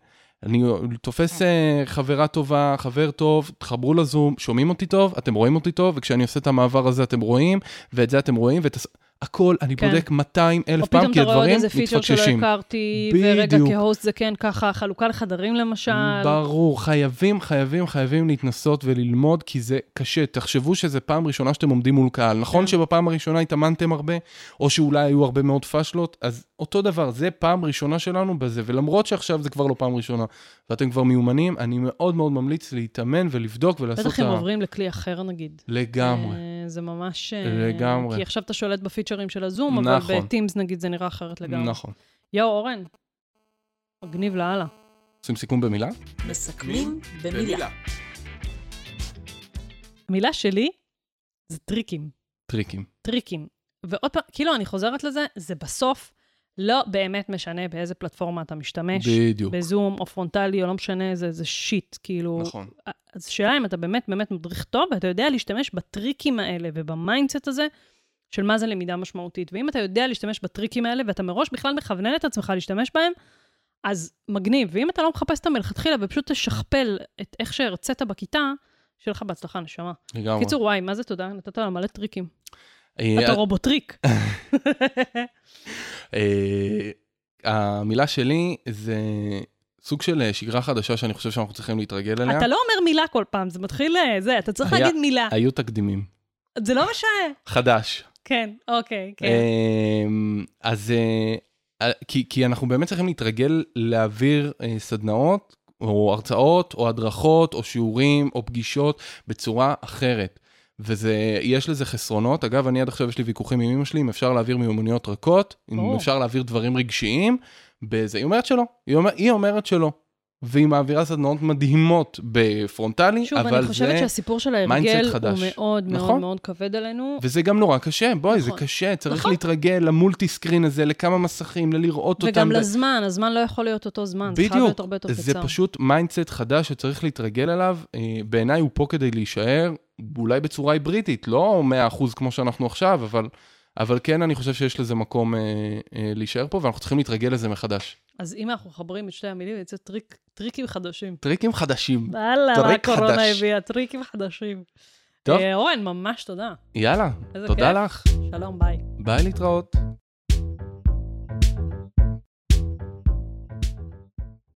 Speaker 2: אני תופס אה, חברה טובה, חבר טוב, תחברו לזום, שומעים אותי טוב, אתם רואים אותי טוב, וכשאני עושה את המעבר הזה אתם רואים, ואת זה אתם רואים, ואת הס- הכל, אני
Speaker 1: כן.
Speaker 2: בודק 200
Speaker 1: או
Speaker 2: אלף פעם,
Speaker 1: פתאום
Speaker 2: כי
Speaker 1: אתה רואה עוד
Speaker 2: הדברים
Speaker 1: איזה פיצ'ר שלא
Speaker 2: מתפקששים.
Speaker 1: הכרתי, ורגע
Speaker 2: בדיוק.
Speaker 1: כהוסט זה כן ככה, חלוקה לחדרים למשל.
Speaker 2: ברור, חייבים, חייבים, חייבים להתנסות וללמוד, כי זה קשה. תחשבו שזו פעם ראשונה שאתם עומדים מול קהל. נכון
Speaker 1: כן.
Speaker 2: שבפעם הראשונה התאמנתם הרבה, או שאולי היו הרבה מאוד פשלות, אז אותו דבר, זה פעם ראשונה שלנו בזה, ולמרות שעכשיו זה כבר לא פעם ראשונה, ואתם כבר מיומנים, אני מאוד מאוד ממליץ להתאמן ולבדוק ולעשות
Speaker 1: בטח אם עוברים לכלי אחר נגיד.
Speaker 2: לגמרי.
Speaker 1: אה, זה ממש... אה,
Speaker 2: לגמרי.
Speaker 1: כי עכשיו אתה שולט בפיצ'רים של הזום,
Speaker 2: נכון.
Speaker 1: אבל בטימס נגיד זה נראה אחרת לגמרי.
Speaker 2: נכון.
Speaker 1: יואו, אורן, מגניב לאללה.
Speaker 2: עושים סיכום במילה?
Speaker 3: מסכמים במילה.
Speaker 1: המילה שלי זה טריקים.
Speaker 2: טריקים.
Speaker 1: טריקים. ועוד פעם, כאילו, אני חוזרת לזה, זה בסוף לא באמת משנה באיזה פלטפורמה אתה משתמש.
Speaker 2: בדיוק.
Speaker 1: בזום או פרונטלי או לא משנה, זה, זה שיט, כאילו.
Speaker 2: נכון.
Speaker 1: אז השאלה אם אתה באמת באמת מדריך טוב, ואתה יודע להשתמש בטריקים האלה ובמיינדסט הזה של מה זה למידה משמעותית. ואם אתה יודע להשתמש בטריקים האלה, ואתה מראש בכלל מכוונן את עצמך להשתמש בהם, אז מגניב. ואם אתה לא מחפש אותם מלכתחילה ופשוט תשכפל את איך שהרצית בכיתה, שיהיה לך בהצלחה, נשמה.
Speaker 2: לגמרי.
Speaker 1: קיצור, וואי, מה זה תודה? נתת לה מלא טריקים.
Speaker 2: אה,
Speaker 1: אתה רובוטריק.
Speaker 2: אה, המילה שלי זה סוג של אה, שגרה חדשה שאני חושב שאנחנו צריכים להתרגל אליה.
Speaker 1: אתה לא אומר מילה כל פעם, זה מתחיל אה, זה, אתה צריך
Speaker 2: היה-
Speaker 1: להגיד מילה.
Speaker 2: היו תקדימים.
Speaker 1: זה לא משנה.
Speaker 2: חדש.
Speaker 1: כן, אוקיי, כן.
Speaker 2: אה, אמ, אז אה, אה, כי, כי אנחנו באמת צריכים להתרגל להעביר אה, סדנאות, או הרצאות, או הדרכות, או שיעורים, או פגישות, בצורה אחרת. וזה, יש לזה חסרונות. אגב, אני עד עכשיו יש לי ויכוחים עם אמא שלי, אם אפשר להעביר מיומנויות רכות, אם
Speaker 1: ברור.
Speaker 2: אפשר להעביר דברים רגשיים, בזה. היא אומרת שלא, היא, אומר, היא אומרת שלא. והיא מעבירה סדנאות מדהימות בפרונטלי,
Speaker 1: שוב,
Speaker 2: אבל
Speaker 1: אני חושבת
Speaker 2: זה...
Speaker 1: שהסיפור של
Speaker 2: מיינדסט
Speaker 1: ההרגל הוא
Speaker 2: חדש.
Speaker 1: מאוד מאוד
Speaker 2: נכון.
Speaker 1: מאוד כבד עלינו.
Speaker 2: וזה גם נורא קשה, בואי, זה
Speaker 1: נכון.
Speaker 2: קשה, צריך
Speaker 1: נכון.
Speaker 2: להתרגל למולטי סקרין הזה, לכמה מסכים, ללראות אותם.
Speaker 1: וגם
Speaker 2: ב-
Speaker 1: לזמן, הזמן לא יכול להיות אותו זמן, זה חייב להיות
Speaker 2: בדיוק,
Speaker 1: הרבה יותר קצר.
Speaker 2: זה פשוט מיינדסט חדש שצריך להתרגל אליו. אה, בעיניי הוא פה כדי להישאר, אולי בצורה היברידית, לא 100% כמו שאנחנו עכשיו, אבל, אבל כן, אני חושב שיש לזה מקום אה, אה, להישאר פה, ואנחנו צריכים להתרגל לזה מחדש.
Speaker 1: אז אם אנחנו מחברים את שתי המילים, יוצא טריק, טריקים חדשים.
Speaker 2: טריקים חדשים.
Speaker 1: וואלה,
Speaker 2: טריק
Speaker 1: רק קורונה
Speaker 2: חדש.
Speaker 1: הביאה טריקים חדשים.
Speaker 2: טוב.
Speaker 1: אה, אורן, ממש תודה.
Speaker 2: יאללה,
Speaker 1: איזה
Speaker 2: תודה
Speaker 1: כיף.
Speaker 2: לך,
Speaker 1: שלום, ביי.
Speaker 2: ביי להתראות.